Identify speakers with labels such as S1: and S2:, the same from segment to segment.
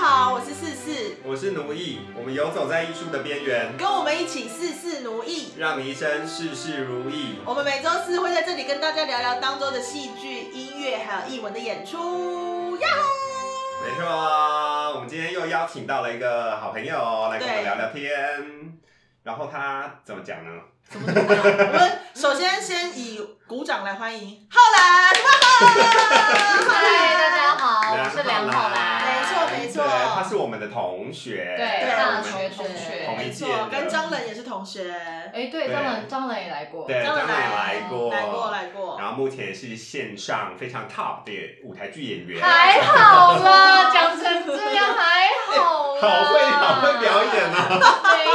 S1: 好，我是四四，
S2: 我是奴役，我们游走在艺术的边缘，
S1: 跟我们一起事事奴役。
S2: 让你一生事事如意。
S1: 我们每周四会在这里跟大家聊聊当周的戏剧、音乐还有艺文的演出。呀吼！
S2: 没错，啊我们今天又邀请到了一个好朋友来跟我们
S1: 对
S2: 聊聊天。然后他怎么讲呢？
S1: 怎么怎么样？我们首先先以鼓掌来欢迎浩然，哇！
S3: 嗨，大家好，
S2: 梁
S3: 哦我是梁浩
S1: 浩
S3: 然。
S1: 南没错没错
S2: 对，他是我们的同学，
S3: 对
S2: 我
S3: 大
S2: 们
S3: 学同
S2: 同
S3: 学。
S2: 一
S1: 没
S2: 届
S1: 错
S2: 的，
S1: 跟张冷也是同 学，
S3: 哎，对，
S2: 对
S3: 张冷，张冷也来过。
S2: 对
S1: 张
S2: 张
S1: 冷
S2: 磊
S1: 来
S2: 来过，
S1: 来过来过。
S2: 然后目前也是线上非常 top 的舞台剧演员，
S3: 还好啦， 讲成这样还好啦。
S2: 好会好会表演啊！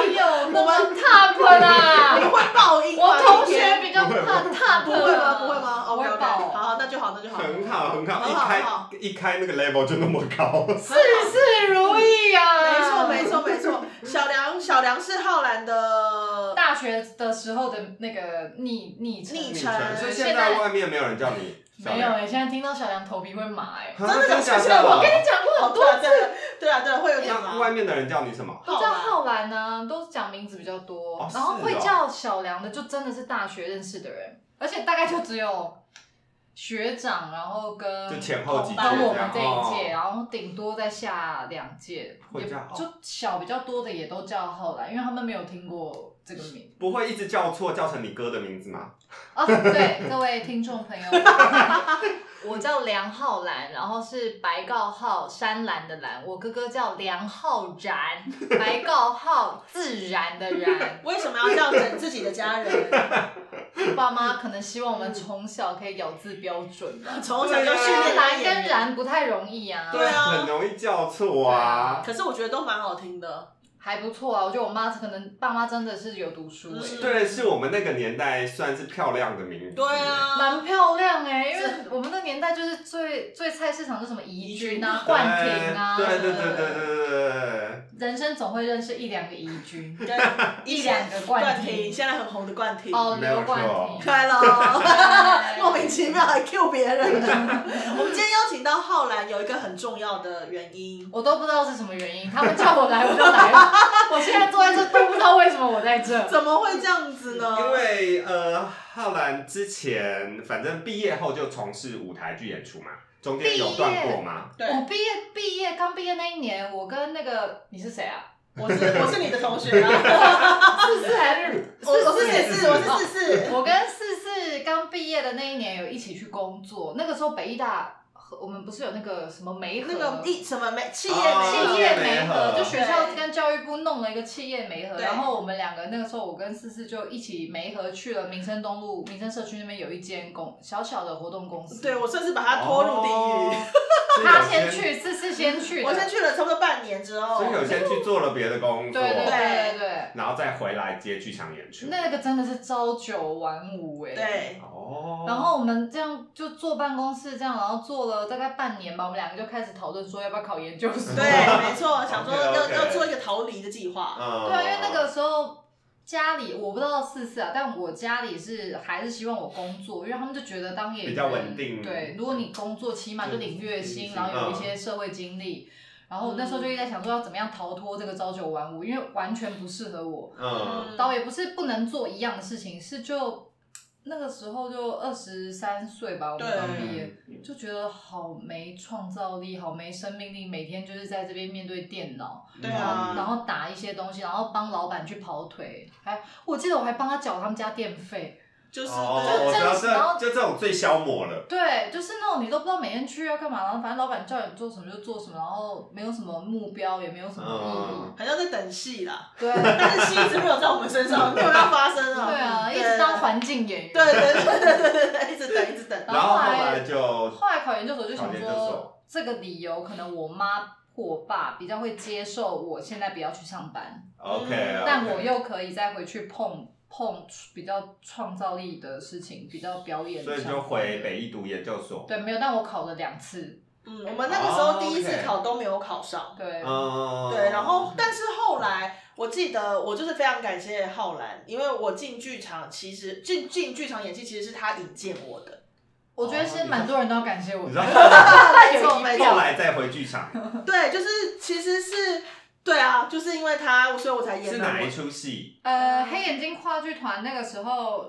S3: 没有那么 top
S1: 你们
S3: 啦。
S1: 会爆音吗？
S3: 我同
S1: 今
S3: 学
S1: 天
S3: 比较怕 top。
S1: 不会吗？不会吗
S3: 我
S1: ？OK
S3: 会哦
S1: OK，
S3: 爆。
S1: 好，那就好，那就好。
S2: 很好，很好，
S1: 很
S2: 一
S1: 好
S2: 开
S1: 很好
S2: 一开那个 level 就那么高，
S3: 事事如意
S1: 没
S3: 啊！
S1: 错，没。错，没错。小梁，小梁是浩然的
S3: 大学的时候的那个昵昵称，
S1: 昵称
S2: 成所以现
S3: 现
S2: 在
S3: 在
S2: 外面没有人叫你小
S3: 没有
S2: 梁，
S3: 哎，现在听到小梁头皮会麻哎。
S2: 真
S1: 真的假的
S2: 假
S3: 我跟你讲过
S1: 好
S3: 好多
S1: 对啊，
S3: 次
S1: 对啊对啊，对啊，会有点
S2: 那
S1: 忙。
S2: 外面的人叫你什么？
S3: 都叫浩然呢、都讲名字比较多，
S2: 哦
S3: 然后
S2: 是
S3: 会
S2: 哦
S3: 叫小梁的就真的是大学认识的人，而且大概就只有学长，然后跟
S2: 就前后几届这
S3: 跟我们
S2: 样
S3: 这一届，
S2: 哦。
S3: 啊然后顶多再下两届，
S2: 会
S3: 也
S2: 这样哦
S3: 就小比较多的也都叫浩然，因为他们没有听过这个名。
S2: 不会一直叫错，叫成你哥的名字吗？
S3: 哦，对，各位听众朋友， 我叫梁浩然，然后是白告号山岚的岚，我哥哥叫梁浩然，白告号自然的然。
S1: 为什么要这样整自己的家 人？
S3: 爸妈可能希望我们从小可以咬字标准 吧。
S1: 从小就训
S3: 因为
S1: 练他
S3: 蓝
S1: 演
S3: 跟
S1: 员。
S3: 然不太容易啊，
S1: 对啊
S2: 很容易叫错啊。
S1: 可是我觉得都蛮好听的，
S3: 还不错啊。我觉得我妈可能爸妈真的是有读书、欸，
S1: 嗯
S2: 对，是我们那个年代算是漂亮的名字。
S1: 对，啊，
S3: 蛮漂亮哎、因为我们那年代就是最最菜市场就什么怡君啊、冠廷啊，
S2: 对对对
S3: 什么
S2: 对
S3: 的
S2: 对对对
S3: 人生总会认识一两个怡君，
S1: 跟
S3: 一两个
S1: 冠
S3: 冠
S1: 廷，
S3: 廷，
S1: 现在很红的冠廷。
S3: 哦，
S2: 没有
S3: 刘冠
S2: 错
S3: 廷，
S1: Hello，莫名其妙还 Q 别人。我们今天邀请到浩然有一个很重要的原因，
S3: 我都不知道是什么原因，他们叫我来我就来了，我现在坐在这都不知道为什么我在这。
S1: 怎么会这样子呢？
S2: 因为呃，浩然之前反正毕业后就从事舞台剧演出嘛，中间有断过吗？
S1: 对，
S3: 我毕业毕业刚毕业那一年，我跟那个你是谁啊？
S1: 我是我是你的同学啊，
S3: 四四还是
S1: 我我是四四，我
S2: 哦
S1: 是四
S3: 四。
S1: 四。
S3: 我跟四四刚毕业的那一年有一起去工作，那个时候北医大和我们不是有那个什么媒合
S1: 那个一什么媒企业
S2: 哦
S1: 媒
S3: 企
S1: 合
S3: 业
S2: 媒
S3: 媒
S2: 合
S3: 合，就学校
S1: 对
S3: 跟教育部弄了一个企业媒合，
S1: 对
S3: 然后我们两个那个时候，我跟四四就一起媒合去了民生东路民生社区那边有一间公小小的活动公司。
S1: 对，我算是把他拖入地狱。
S2: 哦
S3: 他先，去，四四先去的，
S1: 我先去了差不多半年之后
S2: 所以，有先所以有先去做了别的工
S3: 对
S2: 作，
S3: 哦对对对对。
S2: 然后再回来接剧场演出。
S3: 那个真的是朝九晚五哎、
S1: 对，
S2: 哦，
S3: 然后我们这样就坐办公室这样，然后坐了大概半年吧，我们两个就开始讨论说要不要考研究
S2: 哦
S3: 所。
S1: 对，没错，想说
S2: OK，OK
S1: 要要做一个逃离的计划。
S2: 嗯
S3: 对啊，因为那个时候家里我不知道四四啊，但我家里是还是希望我工作，因为他们就觉得当演员
S2: 比较稳定
S3: 对，如果你工作起码就领月薪，
S2: 嗯
S3: 然后有一些社会经历。然后我那时候就一直在想说要怎么样逃脱这个朝九晚五，因为完全不适合我。
S2: 嗯，
S3: 倒也不是不能做一样的事情，是就那个时候就二十三岁吧，我们
S1: 对
S3: 刚毕业，就觉得好没创造力，好没生命力，每天就是在这边面对电脑，
S1: 对啊
S2: 嗯
S3: 然后打一些东西，然后帮老板去跑腿，还我记得我还帮他缴他们家电费，
S1: 就是
S2: 哦，我
S1: 对
S2: 知道
S3: 然后
S2: 这就这种最消磨了。
S3: 对，就是那种你都不知道每天去啊要干嘛，然后反正老板叫你做什么就做什么，然后没有什么目标，也没有什么
S2: 嗯
S3: 意义，
S1: 好像在等戏啦，
S3: 对，啊
S1: 但是戏一直没有在我们身上，没有要发生啊。
S3: 对啊，一直当环境演员，
S1: 对。对对对对对对，一直等一直等。
S3: 然
S2: 然后后
S3: 后来
S2: 来就
S3: 后来考研究所就想
S2: 考研究所
S3: 说，这个理由可能我妈或我爸比较会接受，我现在不要去上班，
S1: 嗯
S2: OK，OK
S3: 但我又可以再回去碰碰比较创造力的事情，比较表演。
S2: 所以就回。北艺读研究所。
S3: 对，没有，但我考了两次，
S1: 嗯，我们那个时
S2: 哦
S1: 候第一次考都没有考上。
S3: 对，
S2: 嗯，
S1: 对，然后但是后来，我记得我就是非常感谢浩然，因为我进剧场其实进进剧场演戏其实是他引荐我的，
S3: 我觉得是蛮多人都要感谢我
S2: 哦你
S3: 的，
S2: 知道后
S1: 没错没
S3: 有一
S1: 错
S3: 票，
S2: 来再回剧 场
S1: 对，就是其实是，对啊，就是因为他，所以我才演
S2: 是
S1: 了
S2: 哪一出戏？
S3: 呃，黑眼睛话剧团那个时候，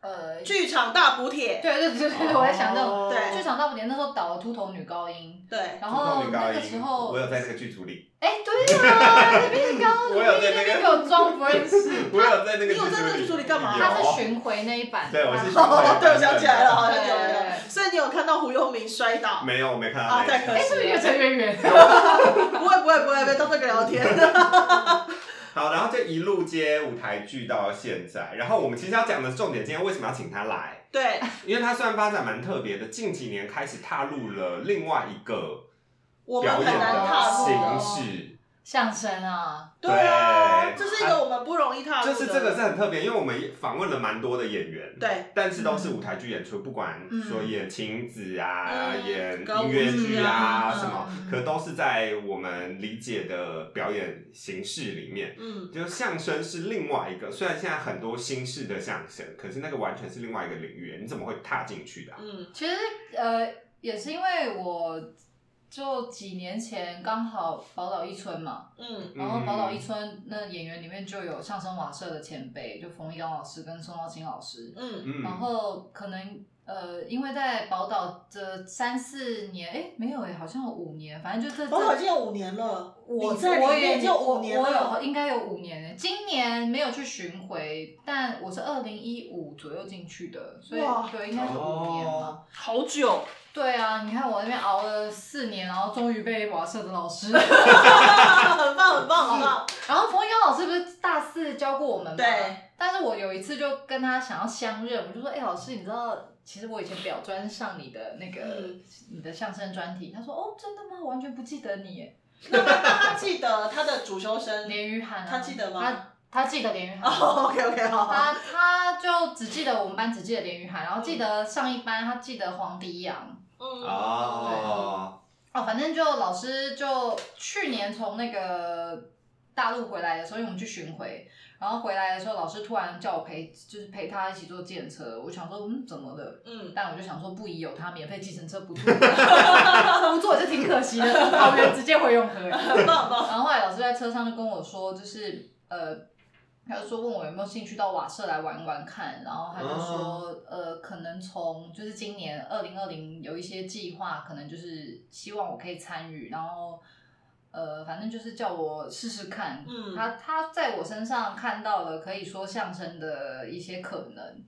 S3: 呃，对
S1: 剧场大补帖，
S3: 对对对对，我在想到
S2: 哦
S1: 对
S3: 剧场大舞年那时候导了秃头女高音，
S1: 对，
S3: 然
S2: 主动
S3: 后
S2: 女高
S3: 那
S2: 音
S3: 个时候
S2: 我，有在那个剧组里，
S3: 哎，对呀，那边高，
S2: 我有在那
S3: 那
S2: 个
S3: 边给我装不 认识，
S2: 我有在那个
S1: 你有在那个剧组里干嘛
S2: 有
S3: 他是巡回那一版，
S2: 哦对我是
S3: 然后
S1: 哦，对，我想起来了，好像有
S3: 对对对
S1: 有。所以你有看到胡幽明摔倒？
S2: 没有，我没看到
S1: 啊，
S2: 那
S1: 太
S2: 一出
S1: 可
S3: 哎，
S1: 惜
S3: 是不是
S1: 了。
S3: 有陈圆 圆？
S1: 不会不会不会，别当这个聊天。
S2: 好，然后就一路接舞台剧到现在。然后我们其实要讲的重点，今天为什么要请他来？
S1: 对，
S2: 因为他虽然发展蛮特别的，近几年开始踏入了另外一个
S1: 我们
S2: 表
S1: 很
S2: 演
S1: 难踏入
S2: 的
S1: 的。
S2: 形式，
S3: 相声啊，
S1: 对啊，
S2: 对
S1: 这是一个我们不容易踏入
S2: 就
S1: 的。
S2: 是这个是很特别，因为我们访问了蛮多的演员，
S1: 对，
S2: 但是都是舞台剧演出，不管
S3: 嗯
S2: 说演亲子啊、
S1: 嗯
S2: 演
S1: 歌舞
S2: 音乐剧啊
S3: 剧啊
S2: 什么，
S3: 嗯
S2: 可都是在我们理解的表演形式里面。
S1: 嗯，
S2: 就相声是另外一个，虽然现在很多新式的相声，可是那个完全是另外一个领域，你怎么会踏进去的啊、
S1: 嗯
S3: 其实呃也是因为我就几年前刚好宝岛一村嘛，
S1: 嗯
S3: 然后宝岛一
S2: 嗯
S3: 村那演员里面就有相声瓦舍的前辈，就冯玉刚老师跟宋耀清老师。
S1: 嗯
S2: 嗯，
S3: 然后可能呃，因为在宝岛这三四年，哎，没有哎，好像有五年，反正就这
S1: 嗯，宝岛已
S3: 这。
S1: 经有五年了，
S3: 我
S1: 你在里
S3: 我
S1: 面
S3: 也
S1: 已经有
S3: 我
S1: 五年
S3: 我
S1: 了
S3: 有应该有五年哎，今年没有去巡回，但我是二零一五左右进去的，所以
S1: 哇
S3: 对应该是五年嘛。
S1: 好久。
S3: 对啊，你看我那边熬了四年，然后终于被瓦舍的老师
S1: 很棒，很棒，很棒。
S3: 然后冯一刚老师不是大四教过我们吗？
S1: 对。
S3: 但是我有一次就跟他想要相认，我就说：“哎、老师，你知道，其实我以前表专上你的那个、
S1: 嗯
S3: 你的相声专题。”他说：“哦，真的吗？我完全不记得你耶。
S1: 那那他记得他的主修”生
S3: 连于涵、啊，
S1: 他记得吗
S3: 他他记得连于涵。
S1: 哦，OK OK，好好。
S3: 他他就只记得我们班只记得连于涵，然后记得上一班他记得黄迪阳
S1: 嗯，
S2: 哦，
S3: 哦，反正就老师就去年从那个大陆回来的时候，因为我们去巡回，然后回来的时候老师突然叫我陪，就是陪他一起坐电车，我想说嗯怎么了？
S1: 嗯，
S3: 但我就想说，不宜有他免费计程车 不坐，不坐就挺可惜的。桃园直接回永和。然
S1: 很棒，很棒。
S3: 后后来老师在车上就跟我说，就是呃，他就说问我有没有兴趣到瓦舍来玩玩看，然后他就说、呃，可能从就是今年二零二零有一些计划，可能就是希望我可以参与，然后呃，反正就是叫我试试看。
S1: 嗯
S3: 他他在我身上看到了可以说相声的一些可能，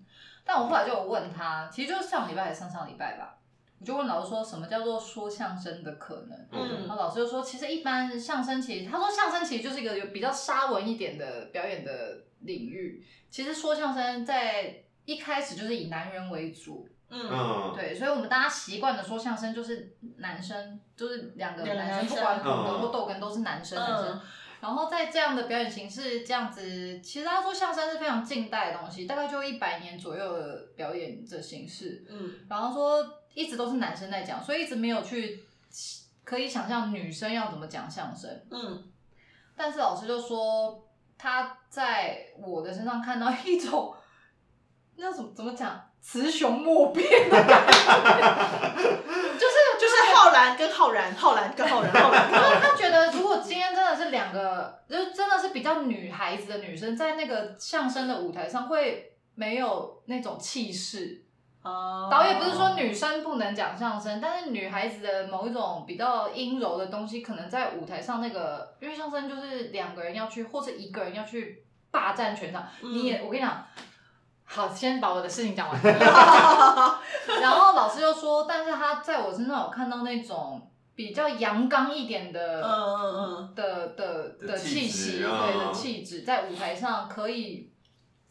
S3: 但我后来就有问他，其实就是上礼拜还是上上礼拜吧，我就问老师说什么叫做说相声的可能。然
S1: 嗯
S3: 后老师就说，其实一般相声其实，他说相声其实就是一个有比较沙文一点的表演的领域。其实说相声在一开始就是以男人为主，
S1: 嗯
S2: 嗯，
S3: 对，所以我们大家习惯的说相声就是男生，就是两个
S1: 两个
S3: 男生，
S1: 男
S3: 不
S1: 生啊
S3: 管捧哏
S2: 嗯
S3: 或逗哏都是男生，男生
S1: 嗯。
S3: 然后在这样的表演形式，这样子，其实他说相声是非常近代的东西，大概就一百年左右的表演的形式。
S1: 嗯
S3: 然后说一直都是男生在讲，所以一直没有去可以想象女生要怎么讲相声。
S1: 嗯，
S3: 但是老师就说他在我的身上看到一种那怎么怎么讲雌雄莫辨的感觉，就是
S1: 就是浩然跟浩然，浩然跟浩然，浩然跟浩
S3: 他
S1: 然。
S3: 他觉得，如果今天真的是两个，就真的是比较女孩子的女生，在那个相声的舞台上会没有那种气势。
S1: 哦
S3: 导演不是说女生不能讲相声，但是女孩子的某一种比较阴柔的东西，可能在舞台上那个，因为相声就是两个人要去，或者一个人要去霸占全场。
S1: 嗯
S3: 你也，我跟你讲，好，先把我的事情讲完。然后老师就说，但是他在我身上有看到那种比较阳刚一点的，
S1: 嗯嗯
S3: 的的
S2: 的
S3: 的
S2: 气
S3: 气
S2: 质
S3: 息，
S2: 啊
S3: 对的气质，在舞台上可以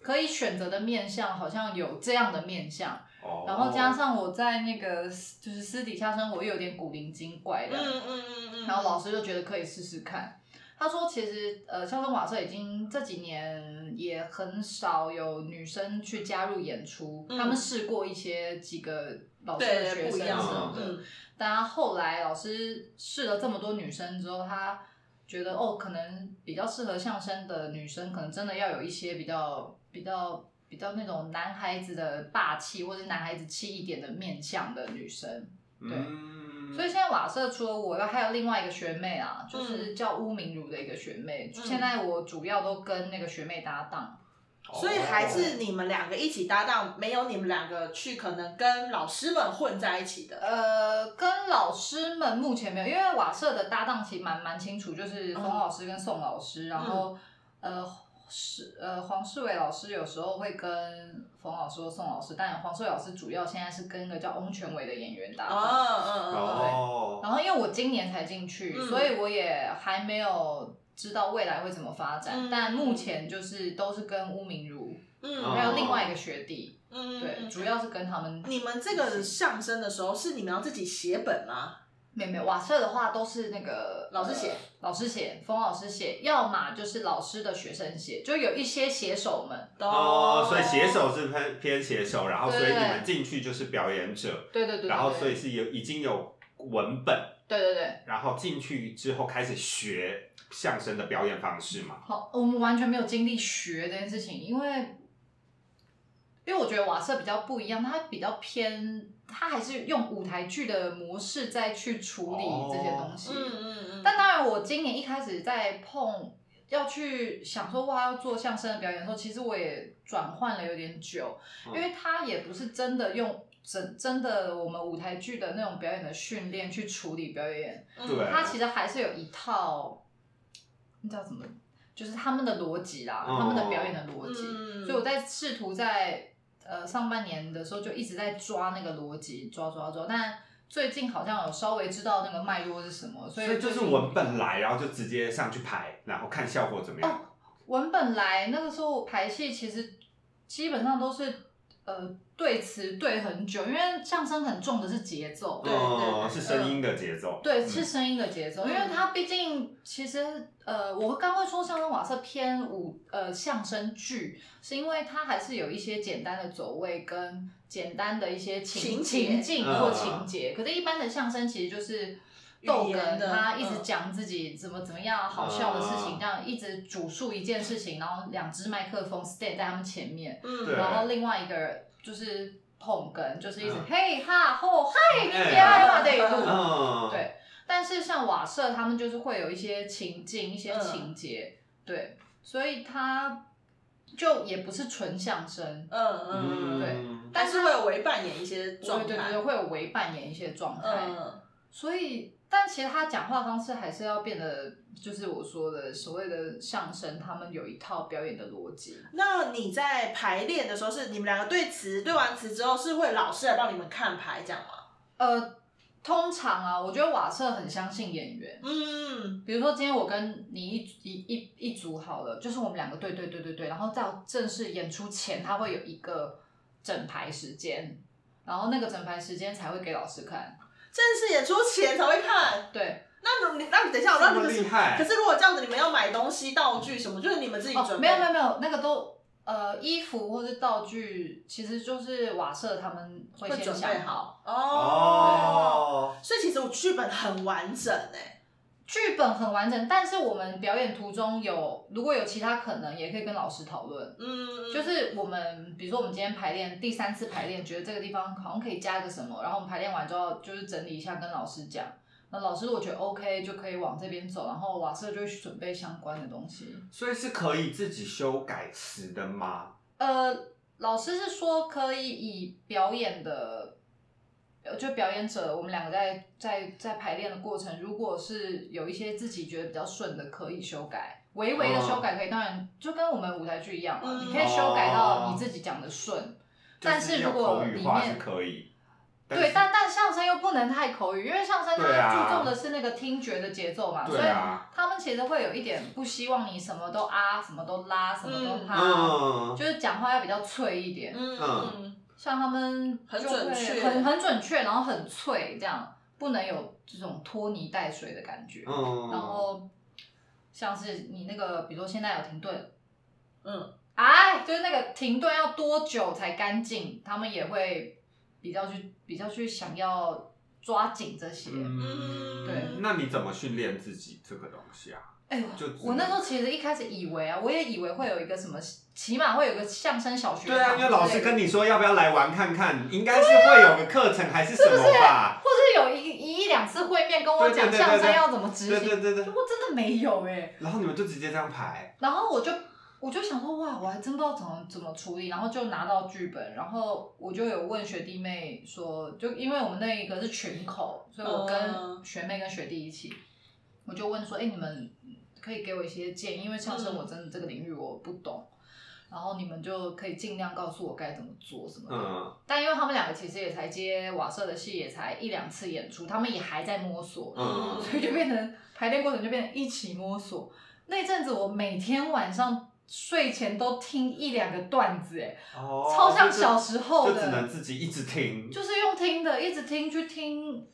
S3: 可以选择的面相，好像有这样的面相。
S2: 哦
S3: 然后加上我在那个私就是私底下生活又有点古灵精怪
S1: 嗯
S3: 的，
S1: 嗯嗯嗯嗯。
S3: 然后老师就觉得可以试试看。他说：“其实，呃，相声瓦舍已经这几年也很少有女生去加入演出。
S1: 嗯
S3: 他们试过一些几个老师的
S1: 对
S3: 学
S1: 不
S3: 生
S1: 一
S3: 什
S1: 样
S3: 么
S1: 的，
S3: 的，
S1: 嗯
S3: 但他后来老师试了这么多女生之后，他觉得哦，可能比较适合相声的女生，可能真的要有一些比较比较比较那种男孩子的霸气或者男孩子气一点的面相的女生。对
S2: 嗯，
S3: 所以现在瓦舍除了我，还有另外一个学妹啊，就是叫乌明如的一个学妹。
S1: 嗯
S3: 现在我主要都跟那个学妹搭档，
S1: 所以还是你们两个一起搭档，没有你们两个去可能跟老师们混在一起的。
S3: 呃，跟老师们目前没有，因为瓦舍的搭档其实蛮蛮清楚，就是冯老师跟宋老师，然后呃是呃黄世伟老师有时候会跟冯老师或宋老师，但黄世伟老师主要现在是跟一个叫翁全伟的演员搭
S1: 哦，
S3: 档。
S1: 嗯嗯嗯，
S2: 哦，
S3: 然后因为我今年才进去，
S1: 嗯
S3: 所以我也还没有知道未来会怎么发展。
S1: 嗯
S3: 但目前就是都是跟乌明如，
S1: 嗯，
S2: 哦
S3: 还有另外一个学弟，
S1: 嗯，
S3: 对，
S1: 嗯
S3: 主要是跟他们。
S1: 你们这个上升的时候是你们要自己写本吗？
S3: 没有没有瓦舍的话都是那个
S1: 老师写
S3: 呃老师写，冯老师写，要么就是老师的学生写，就有一些写手们，
S2: 哦，所以写手是偏偏写手，然后所以
S3: 对
S2: 你们进去就是表演者，
S3: 对对对对对，
S2: 然后所以是有已经有文本，
S3: 对对对，
S2: 然后进去之后开始学相声的表演方式嘛。
S3: 好，我们完全没有经历学这件事情，因为因为我觉得瓦舍比较不一样，它比较偏，它还是用舞台剧的模式再去处理
S2: 哦
S3: 这些东西。
S1: 嗯嗯嗯，
S3: 但当然，我今年一开始在碰要去想说哇要做相声的表演的时候，其实我也转换了有点久，
S2: 嗯
S3: 因为它也不是真的用。真真的，我们舞台剧的那种表演的训练去处理表演，
S1: 嗯
S2: 对啊
S3: 它其实还是有一套，你知道怎么，就是他们的逻辑啦，
S2: 哦
S3: 他们的表演的逻辑。
S1: 嗯
S3: 所以我在试图在呃上半年的时候就一直在抓那个逻辑，抓抓抓。但最近好像有稍微知道那个脉络是什么，
S2: 所
S3: 所以
S2: 以就
S3: 最
S2: 是
S3: 近
S2: 文本来，然后就直接上去排，然后看效果怎么样。
S3: 文本来那个时候排戏其实基本上都是呃对词对很久，因为相声很重的是节奏，
S1: 对对对
S2: 嗯是声音的节奏。
S3: 对，
S2: 嗯
S3: 是声音的节奏，因为它毕竟其实呃，我刚会说相声瓦舍偏舞呃相声剧，是因为它还是有一些简单的走位跟简单的一些情
S1: 情节
S3: 情境或情节，可是一般的相声其实就是。逗
S1: 语
S3: 哏，
S1: 言的
S3: 他一直
S1: 嗯
S3: 讲自己怎么怎么样好笑的事情，
S2: 嗯
S3: 这样一直主述一件事情，然后两只麦克风 stand 在他们前面，
S1: 嗯
S2: 对
S3: 然后另外一个人就是捧哏，就是一直
S2: 嗯
S3: 嘿哈吼嗨，你
S2: 哎
S3: 别害怕这一路。
S2: 嗯，
S3: 对但是像瓦舍他们就是会有一些情境、一些
S1: 嗯
S3: 情节，对，所以它就也不是纯相声，
S1: 嗯嗯嗯，
S3: 对
S2: 嗯，
S1: 但是会有违反演一些
S3: 对
S1: 状
S3: 对对，
S1: 态，
S3: 会有为扮演一些状态，
S1: 嗯
S3: 所以但其实他讲话方式还是要变得，就是我说的所谓的相声，他们有一套表演的逻辑，
S1: 那你在排练的时候，是你们两个对词，对完词之后，是会老师来帮你们看牌这样吗？
S3: 呃，通常啊，我觉得瓦舍很相信演员。
S1: 嗯，
S3: 比如说，今天我跟你一一一一组好了，就是我们两个对对对对对，然后到正式演出前，他会有一个整排时间，然后那个整排时间才会给老师看。
S1: 正式演出前才会看。
S3: 对，
S1: 那你那你等一下，我
S2: 这
S1: 让你
S2: 么
S1: 们
S2: 厉
S1: 是。
S2: 害
S1: 可。是如果这样子，你们要买东西、道具什么，就是你们自己
S3: 哦，
S1: 准备。
S3: 没有没有没有，那个都呃衣服或是道具，其实就是瓦舍他们会
S1: 会
S3: 先
S1: 准备
S3: 想
S1: 好哦。
S3: 好。
S2: 哦，
S1: 所以其实我剧本很完整哎、
S3: 剧本很完整，但是我们表演途中有如果有其他可能，也可以跟老师讨论。
S1: 嗯，
S3: 就是我们，比如说我们今天排练第三次排练，觉得这个地方好像可以加个什么，然后我们排练完之后就是整理一下跟老师讲。那老师如果觉得 OK，就可以往这边走，然后瓦舍就会去准备相关的东西。
S2: 所以是可以自己修改词的吗？
S3: 呃，老师是说哦可以以表演的，呃就表演者，我们两个在在在排练的过程，如果是有一些自己觉得比较顺的，可以修改，微微的修改可以，当然就跟我们舞台剧一样嘛，
S1: 嗯
S3: 你可以修改到你自己讲的顺。但
S2: 就是有
S3: 如果
S2: 口
S3: 里
S2: 语
S3: 面
S2: 化是可以，
S3: 对，但但相声又不能太口语，因为相声
S2: 对啊
S3: 它注重的是那个听觉的节奏嘛，所
S2: 对
S3: 以
S2: 啊，
S3: 他们其实会有一点不希望你什么都啊，什么都拉，什么都哈，
S2: 嗯，
S3: 就是讲话要比较脆一点。
S1: 嗯嗯
S2: 嗯
S3: 像他们
S1: 很
S3: 就会
S1: 准确
S3: 很很准确，然后很脆，这样不能有这种拖泥带水的感觉。
S2: 嗯，
S3: 然后像是你那个，比如说现在有停顿，
S1: 嗯，
S3: 哎，就是那个停顿要多久才干净，他们也会比较去比较去想要抓紧这些。
S2: 嗯，
S3: 对
S2: 那你怎么训练自己这个东西啊？
S3: 哎、呦，
S2: 就只
S3: 我那时候其实一开始以为啊，我也以为会有一个什么，起码会有个相声小学
S2: 对啊，因为
S3: 堂之类
S2: 老师
S3: 的
S2: 跟你说要不要来玩看看，应该是会有个课程还是什么吧？
S3: 或是有一一一两次会面跟我讲
S2: 对对对对
S3: 相声
S2: 对
S3: 要怎么执
S2: 对
S3: 行，
S2: 对对对，
S3: 我真的没有哎、
S2: 然后你们就直接这样排，
S3: 然后我就我就想说，哇，我还真不知道怎么怎么处理，然后就拿到剧本，然后我就有问学弟妹说，就因为我们那一个是群口，所以我
S1: 嗯
S3: 跟学妹跟学弟一起，我就问说，哎、你们可以给我一些建议，因为相声
S1: 嗯
S3: 我真的这个领域我不懂。然后你们就可以尽量告诉我该怎么做什么的，
S2: 嗯
S3: 但因为他们两个其实也才接瓦舍的戏，也才一两次演出，他们也还在摸索，
S2: 嗯
S3: 所以就变成排练过程就变成一起摸索。那阵子我每天晚上睡前都听一两个段子，哎、
S2: 哦
S3: 超像小时候
S2: 就只能
S3: 的，
S2: 自己一直听，
S3: 就是用听的，一直听去听，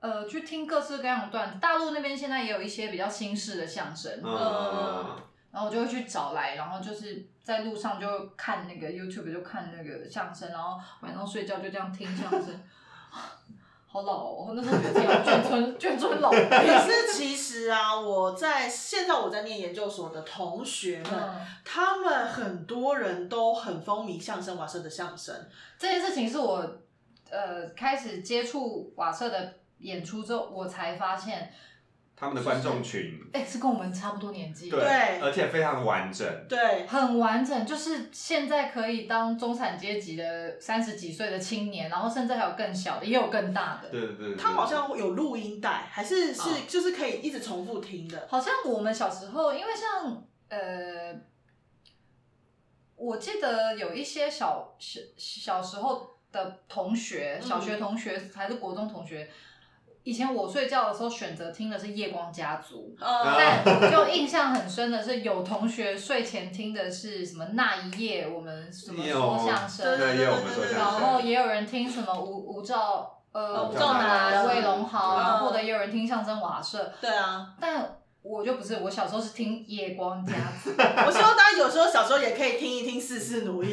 S3: 呃，去听各式各样的段子。大陆那边现在也有一些比较新式的相声，
S2: 嗯，
S3: 然后我就会去找来，然后就是在路上就看那个 YouTube 就看那个相声，然后晚上睡觉就这样听相声。 好老哦！我那时候觉得自己好眷村眷 村老人。
S1: 可是其实啊，我在现在我在念研究所的同学们，
S3: 嗯
S1: 他们很多人都很风靡相声、瓦舍的相声。
S3: 这件事情是我呃开始接触瓦舍的演出之后，我才发现，
S2: 他们的观众群，
S3: 哎、是跟我们差不多年纪，
S2: 对，
S1: 对
S2: 而且非常完整，
S1: 对，
S3: 很完整，就是现在可以当中产阶级的三十几岁的青年，然后甚至还有更小的，也有更大的。
S2: 对对对对，对啊
S1: 他们好像有录音带，还是是、
S3: 哦
S1: 就是可以一直重复听的。
S3: 好像我们小时候，因为像呃，我记得有一些小小小时候的同学，
S1: 嗯
S3: 小学同学还是国中同学，以前我睡觉的时候选择听的是《夜光家族》。
S2: 啊
S1: 呃，
S3: 但我就印象很深的是，有同学睡前听的是什么那一夜，我们什么说相
S1: 对
S3: 声，
S2: 那也有我们说
S1: 对对
S2: 相声，
S3: 然后也有人听什么吴吴兆呃
S1: 吴
S3: 吴
S1: 兆
S3: 兆
S1: 南啊嗯
S3: 南、魏龙豪，
S2: 对
S3: 然后或者也有人听相声瓦舍，
S1: 对 啊，
S3: 但我就不是，我小时候是听夜光家族，
S1: 我希望大家有时候小时候也可以听一听，四四奴役，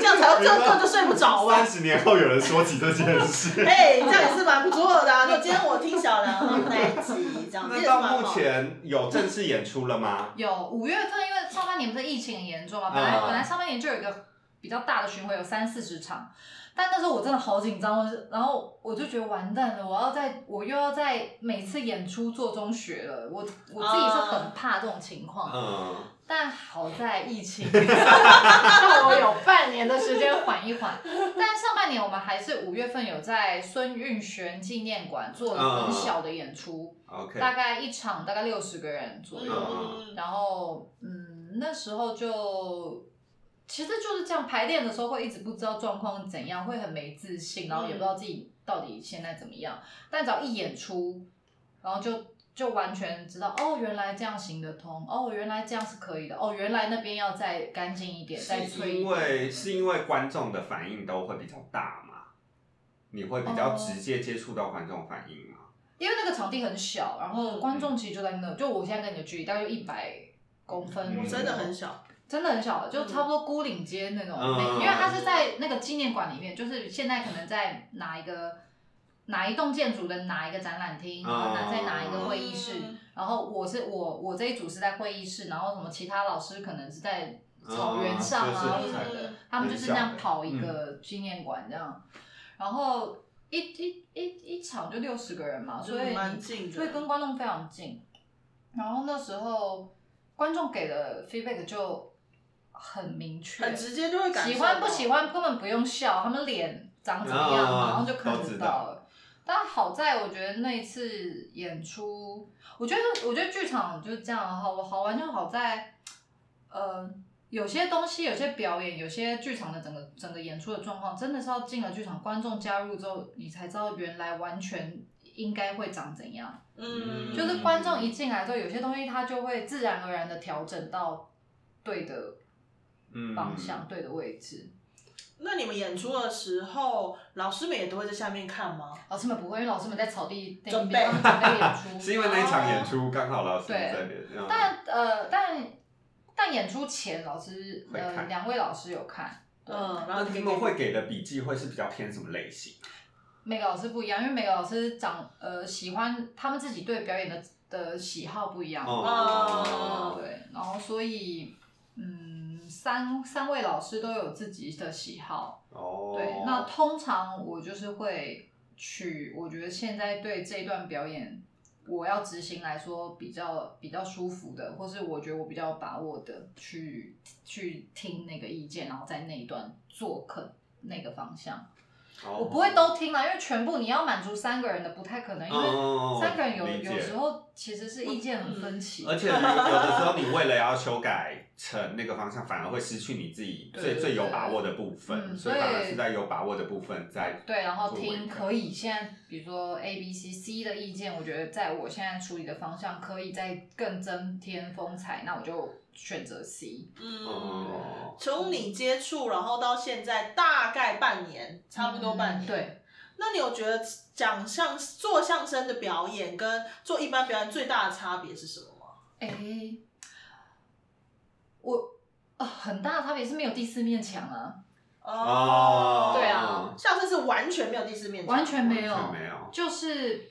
S1: 这样才这样根本就睡不着
S2: 三
S1: 吧。
S2: 十年后有人说起这件事。
S1: 哎、这样也是蛮不错 的啊！就今天我听小 梁他们那一集， 这样这也
S2: 那
S1: 是
S2: 到
S1: 蛮
S2: 目
S1: 好。
S2: 前有正式演出了吗？
S3: 有五月份，因为上半年不是疫情很严重嘛，本来、
S2: 嗯
S3: 本来上半年就有一个比较大的巡回，有三四十场，但那时候我真的好紧张，我是然后我就觉得完蛋了，我要在我又要在每次演出做中学了，我我自己是很怕这种情况，
S2: 嗯，
S3: 但好在疫情让我有半年的时间缓一缓。但上半年我们还是五月份有在孙运璇纪念馆做了很小的演出，
S2: OK，
S3: 大概一场大概六十个人左右。
S1: 嗯，
S3: 然后嗯，那时候就其实就是这样排练的时候会一直不知道状况怎样，会很没自信，然后也不知道自己到底现在怎么样。但只要一演出，然后就就完全知道哦，原来这样行得通，哦，原来这样是可以的，哦，原来那边要再干净一点，再
S2: 是
S3: 吹一
S2: 因
S3: 点。
S2: 为是因为观众的反应都会比较大嘛，你会比较直接接触到观众反应嘛？
S3: 因为那个场地很小，然后观
S2: 嗯
S3: 众其实就在那，就我现在跟你的距离大概就一百公分，
S2: 嗯
S1: 真的很小，
S3: 真的很小，就差不多孤岭街那种，
S2: 嗯
S3: 因为它是在那个纪念馆里面，就是现在可能在哪一个哪一栋建筑的哪一个展览厅，
S2: 嗯
S3: 然后哪在哪一个会议室，
S1: 嗯
S3: 然后我是我我这一组是在会议室，然后什么其他老师可能是在草原上啊
S2: 嗯
S3: 或
S2: 就
S3: 者
S2: 是
S3: 什么
S1: 很
S3: 的
S1: 小，
S3: 他们就是那样跑一个纪念馆这样，然后一一一一场就六十个人嘛，所
S1: 所
S3: 以
S1: 以
S3: 你
S1: 蛮近的，
S3: 所以跟观众非常近。然后那时候观众给的 feedback 就很明确，
S1: 很直接就会感受
S3: 喜欢不喜
S1: 到，
S3: 欢根本不用笑，他们脸长怎么样，
S2: 嗯
S3: 然后就看
S2: 都
S3: 得
S2: 知
S3: 到
S2: 道
S3: 了。但好在我觉得那一次演出，我觉得我觉得剧场就是这样，好好玩就好在，呃，有些东西、有些表演、有些剧场的整个整个演出的状况，真的是要进了剧场，观众加入之后，你才知道原来完全应该会长怎样。
S1: 嗯，
S3: 就是观众一进来之后，有些东西他就会自然而然的调整到对的
S2: 嗯
S3: 方向、对的位置。
S1: 那你们演出的时候，老师们也都会在下面看吗？
S3: 老师们不会，因为老师们在草地那
S1: 准备
S3: 边他们准备演
S2: 是
S3: 出。
S2: 因为那一场演出刚好老师在那边，嗯
S3: 但呃，但但演出前，老师
S2: 会
S3: 呃
S2: 看
S3: 两位老师有看，对
S1: 嗯，然后
S2: 那
S1: 你
S2: 他
S1: 给
S2: 们会给的笔记会是比较偏什么类型？
S3: 每个老师不一样，因为每个老师长呃喜欢他们自己对表演的的喜好不一样，
S1: 哦
S3: 对，然后所以嗯，三三位老师都有自己的喜好，
S2: 哦，
S3: 对，那通常我就是会取我觉得现在对这一段表演我要执行来说比较比较舒服的，或是我觉得我比较有把握的去去听那个意见，然后在那一段做可那个方向。
S2: 哦
S3: 我不会都听啦，因为全部你要满足三个人的不太可能，因为
S2: 哦
S3: 三个人有
S2: 理解
S3: 有时候其实是意见很分歧。
S2: 而且你有的时候，你为了要修改成那个方向，反而会失去你自己
S3: 对
S2: 最
S3: 对
S2: 最有把握的部
S3: 嗯
S2: 分，所
S3: 所
S2: 以
S3: 以
S2: 反而是在有把握的部分在
S3: 对，然后
S2: 做微
S3: 听
S2: 调
S3: 可以现在，比如说 A、B、C、C 的意见，我觉得在我现在处理的方向可以再更增添风采，那我就选择 C。
S1: 嗯，
S2: 哦，
S1: 从你接触，然后到现在大概半年，差不多半年。
S3: 嗯对，
S1: 那你有觉得讲相做相声的表演跟做一般表演最大的差别是什么吗？
S3: 哎，我啊很大的差别是没有第四面墙啊，
S2: 哦
S3: 对啊，
S1: 相声是完全没有第四面墙，
S3: 完全没有
S2: 完全没有
S3: 就是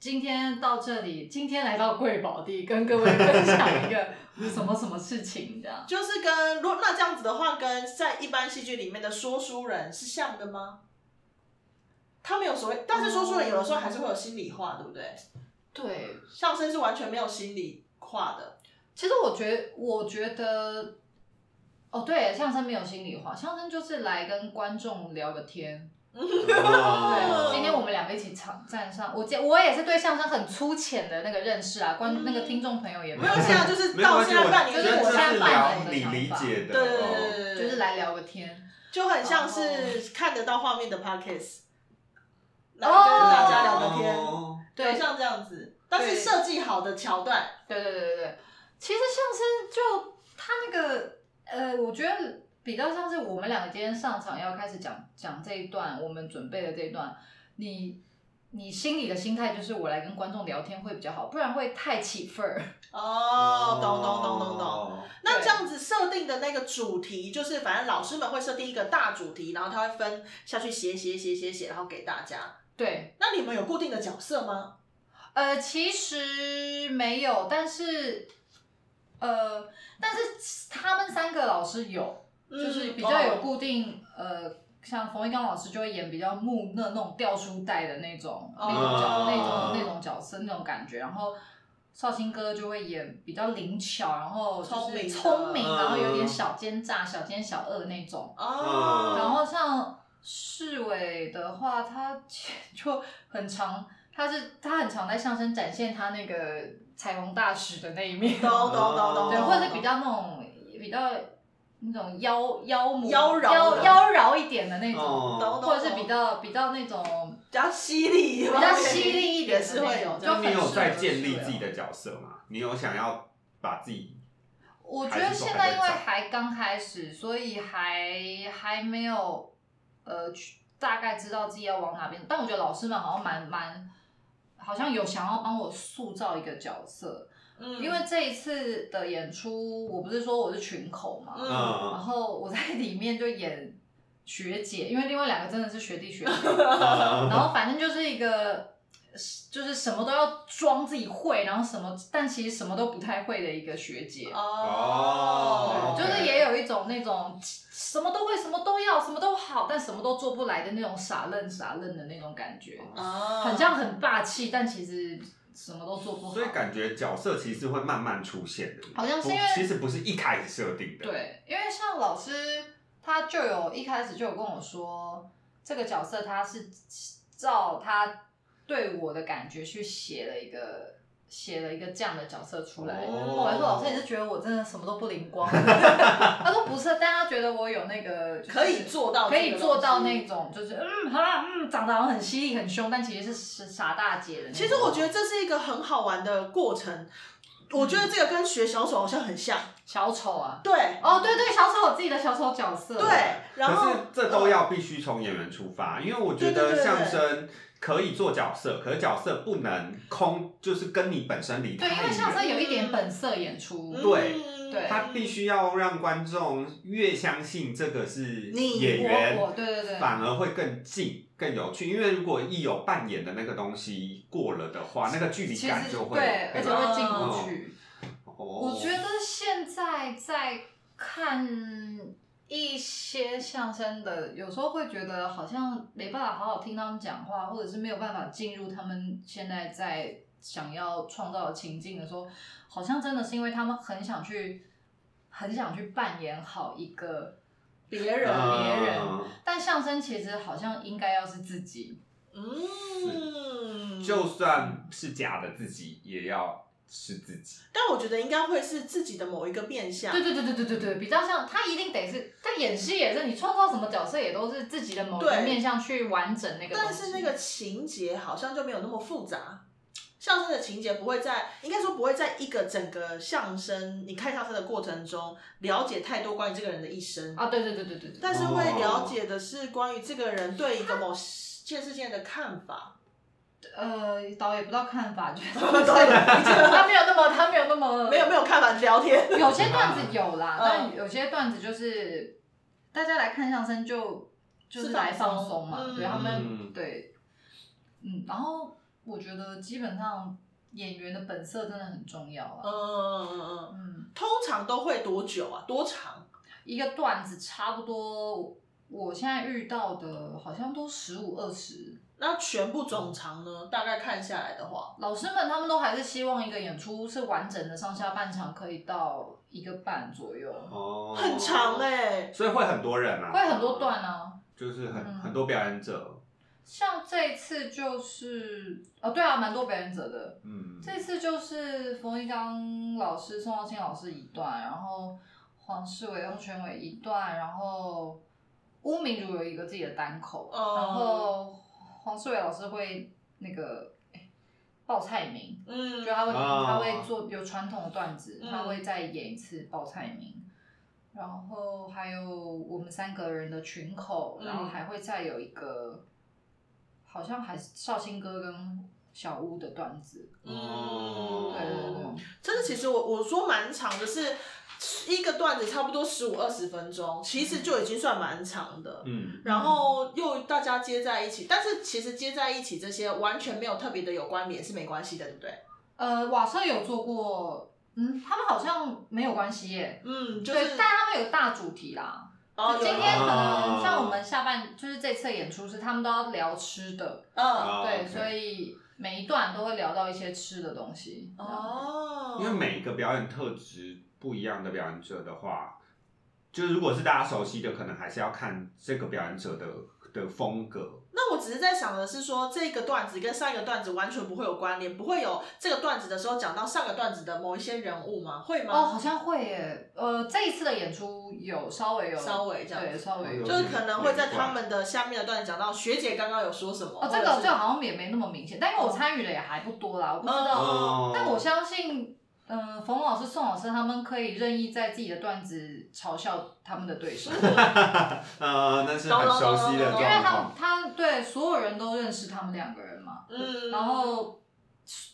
S3: 今天到这里，今天来到贵宝地，跟各位分享一个 什么什么事情这样。
S1: 就是跟如果那这样子的话，跟在一般戏剧里面的说书人是像的吗？他没有所谓，但是说书人有的时候还是会有心里话，对不对？
S3: 对，
S1: 相声是完全没有心里话的，
S3: 其实我觉得，我觉得，哦，对，相声没有心里话，相声就是来跟观众聊个天。
S2: 哦
S1: 哦
S3: 对，今天我们两个一起唱站上，我见我也是对相声很粗浅的那个认识啊，观、那个听众朋友也
S1: 没有现在就是
S2: 没有
S1: 到
S2: 关
S1: 现
S2: 系，
S1: 在
S2: 我
S1: 半年，
S3: 就是
S2: 觉得
S3: 我现
S2: 这
S3: 在
S2: 是
S3: 半
S2: 聊
S3: 年的
S2: 你
S3: 想
S2: 理
S3: 法
S2: 解的，
S1: 对对
S2: 哦
S1: 对对对，
S3: 就是来聊个天。
S1: 就很像
S3: 然
S1: 是看得到画面的 podcast，然
S3: 哦
S1: 后跟大家聊个天，
S2: 哦
S1: 对，
S3: 对
S1: 像这样子，但是
S3: 对
S1: 设计好的桥段，
S3: 对对对对对，其实相声就他那个呃，我觉得比较像是我们两个今天上场要开始讲讲这一段，我们准备的这一段，你你心里的心态就是我来跟观众聊天会比较好，不然会太起份儿。
S1: 哦，懂懂懂懂懂。
S2: 哦
S1: 那这样子设定的那个主题，就是反正老师们会设定一个大主题，然后他会分下去写写写写写，然后给大家。
S3: 对，
S1: 那你们有固定的角色吗？
S3: 呃，其实没有，但是，呃，但是他们三个老师有，
S1: 嗯
S3: 就是比较有
S1: 固
S3: 嗯固定，呃，像冯一刚老师就会演比较木讷那种掉书袋的那种、那种角、那
S2: 哦
S3: 种那种角色那种感觉，然后。绍兴哥就会演比较灵巧，然后
S1: 聪
S3: 就
S1: 明
S3: 是
S1: 的
S3: 聪明，然后有点
S2: 嗯
S3: 小奸诈、小奸小恶那种。
S1: 哦，
S3: 然后像市委的话，他就很常，他是他很常在相声展现他那个彩虹大使的那一
S2: 嗯
S3: 面，
S1: 懂懂懂
S2: 哦
S1: 懂，
S3: 对，
S1: 懂
S3: 或者是比较那种比较那种妖妖魔
S1: 妖娆的
S3: 妖妖娆一点的那种，
S2: 哦
S1: 懂懂，
S3: 或者是
S1: 懂
S3: 比较比较那种
S1: 比较犀利，
S3: 比较犀利一
S1: 也
S3: 点的
S1: 是会有
S3: 那种
S1: 这
S3: 就
S1: 样
S2: 那
S3: 很
S2: 你有
S3: 适合
S2: 在建立
S3: 社
S2: 自己的角色吗？你有想要把自己
S3: 我觉
S2: 还
S3: 得
S2: 是说
S3: 现
S2: 还在
S3: 在因为
S2: 找
S3: 还刚开始，所以还还没有呃去大概知道自己要往哪边。但我觉得老师们好像蛮蛮，好像有想要帮我塑造一个角色，
S1: 嗯
S3: 因为这一次的演出，我不是说我是群口嘛，
S1: 嗯
S3: 然
S2: 嗯
S3: 后我在里面就演学姐，因为另外两个真的是学弟学妹。
S2: 嗯 然
S3: 然后反正就是一个，就是什么都要装自己会，然后什么，但其实什么都不太会的一个学姐，
S1: 哦
S2: 哦，
S3: 就是也有一种那种什么都会、什么都要、什么都好，但什么都做不来的那种傻愣傻愣的那种感觉，
S1: 哦
S3: 很像很霸气，但其实什么都做不好。
S2: 所以感觉角色其实会慢慢出现的，
S3: 好像是
S2: 不
S3: 因为
S2: 其实不是一开始设定的。，
S3: 对，因为像老师他就有一开始就有跟我说，这个角色他是照他对我的感觉去写了一个。写了一个这样的角色出
S2: 哦
S3: 来，我还说老师，你是觉得我真的什么都不 灵光？他说不是，但他觉得我有那个、就是
S1: 可以做到这
S3: 可
S1: 个
S3: 以做到那
S1: 东西。
S3: 种，就是嗯哈嗯，长得好像很犀利很凶，但其实是傻大姐的那种。
S1: 其实我觉得这是一个很好玩的过程，我觉得这个跟学小丑好像很像，
S3: 小丑啊，
S1: 对
S3: 哦对对，小丑有自己的小丑角色，
S1: 对，然后
S2: 可是这都要必须从演员出发，因为我觉
S1: 对对对
S2: 得
S1: 对
S2: 相声可以做角色，可是角色不能空，就是跟你本身离
S3: 对，因
S2: 太
S3: 为相
S2: 远。
S3: 声有一点本色演出，
S2: 对
S1: 嗯
S3: 对
S2: 他必须要让观众越相信这个是
S1: 你
S2: 演员，
S3: 我我对对对
S2: 反而会更近。更有趣，因为如果一有扮演的那个东西过了的话，那个距离
S3: 其
S2: 感
S3: 实
S2: 就会
S3: 对，而且
S1: 会
S3: 会进
S2: 哦
S3: 不去。
S2: 哦
S3: 我觉得现在在看一些相声的，有时候会觉得好像没办法好好听他们讲话，或者是没有办法进入他们现在在想要创造的情境的时候，好像真的是因为他们很想去，很想去扮演好一个。
S1: 别人
S3: 嗯别人
S2: 嗯
S3: 但相声其实好像应该要是自己，
S1: 嗯，
S2: 就算是假的自己，也要是自己。
S1: 但我觉得应该会是自己的某一个面相。
S3: 对对对对对对对，比较像他一定得是，但演戏也是，你创造什么角色也都是自己的某一个
S1: 对
S3: 面向去完整那个东西。
S1: 但是那个情节好像就没有那么复杂。相声的情节不会在，应该说不会在一个整个相声你看相声的过程中了解太多关于这个人的一生，
S3: 啊，对对对对对对，
S1: 但是会了解的是关于这个人对一个某件事情的看法。
S3: 呃，导演不到看法，觉得
S1: 对，
S3: 他没有那么，他没有那么，
S1: 没有没有看法，聊天。
S3: 有些段子有啦，
S1: 嗯
S3: 但有些段子就是大家来看相声就就是
S1: 是
S3: 来
S1: 放
S3: 放
S1: 松
S3: 松嘛，
S1: 嗯
S3: 对他们
S2: 嗯
S3: 对，嗯，然后我觉得基本上演员的本色真的很重要
S1: 嗯
S3: 啊，
S1: 嗯嗯嗯，
S3: 嗯，
S1: 通常都会多久啊？多长？
S3: 一个段子差不多，我现在遇到的好像都十五二十，
S1: 那全部总长呢？大概看下来的话，
S3: 老师们他们都还是希望一个演出是完整的，上下半场可以到一个半左右，
S2: 哦，
S1: 很长哎、
S2: 所以会很多人啊，
S3: 会很多段，啊。
S2: 就是很、
S3: 嗯
S2: 很多表演者，
S3: 像这次就是哦，对啊，蛮多表演者的。
S2: 嗯，
S3: 这次就是冯一刚老师、宋耀庆老师一段，然后黄世伟、翁全伟一段，然后巫明如有一个自己的单口，
S1: 哦
S3: 然后黄世伟老师会那个哎报菜名，
S1: 嗯
S3: 就他会、
S2: 哦
S3: 他会做有传统的段子，
S1: 嗯
S3: 他会再演一次报菜名，然后还有我们三个人的群口，
S1: 嗯
S3: 然后还会再有一个，好像还是绍兴哥跟小屋的段子，
S1: 嗯
S3: 对对对，
S1: 真的，其实我我说蛮长的是，一个段子差不多十五二十分钟，其实就已经算蛮长的。
S2: 嗯，
S1: 然后又大家接在一起，但是其实接在一起这些完全没有特别的有关联是没关系的，对不对？
S3: 呃，瓦舍有做过，嗯，他们好像没有关系耶，
S1: 嗯，就
S3: 对
S1: 是，
S3: 但他们有大主题啦，
S1: 哦，
S3: 就今
S1: 有
S3: 天可
S2: 哦
S3: 能像我们下半就是这次演出是他们都要聊吃的，
S1: 嗯
S2: 哦
S3: 对，
S2: OK
S3: 所以每一段都会聊到一些吃的东西。
S1: 哦，
S2: 因为每一个表演特质不一样的表演者的话，就是如果是大家熟悉的，可能还是要看这个表演者的的风格，
S1: 那我只是在想的是说，这个段子跟上一个段子完全不会有关联，不会有这个段子的时候讲到上个段子的某一些人物吗？会吗？
S3: 哦，好像会耶。呃，这一次的演出有稍微有
S1: 稍微这样
S3: 对，稍微有。
S2: 有
S1: 就是可能会在他们的下面的段子讲到学姐刚刚有说什么，
S3: 哦，这
S1: 或者
S3: 个
S1: 是
S3: 这个好像也没那么明显，但因为我参与的也还不多啦，我不知
S1: 嗯
S3: 道。
S2: 哦
S3: 但我相信，嗯、冯老师、宋老师他们可以任意在自己的段子嘲笑他们的对手， 因
S2: 呃，那是很熟悉
S1: 懂懂懂
S2: 的
S1: 懂懂
S3: 为
S2: 状
S3: 他们
S2: 况，
S3: 他对所有人都认识他们两个人嘛。
S1: 嗯，
S3: 然后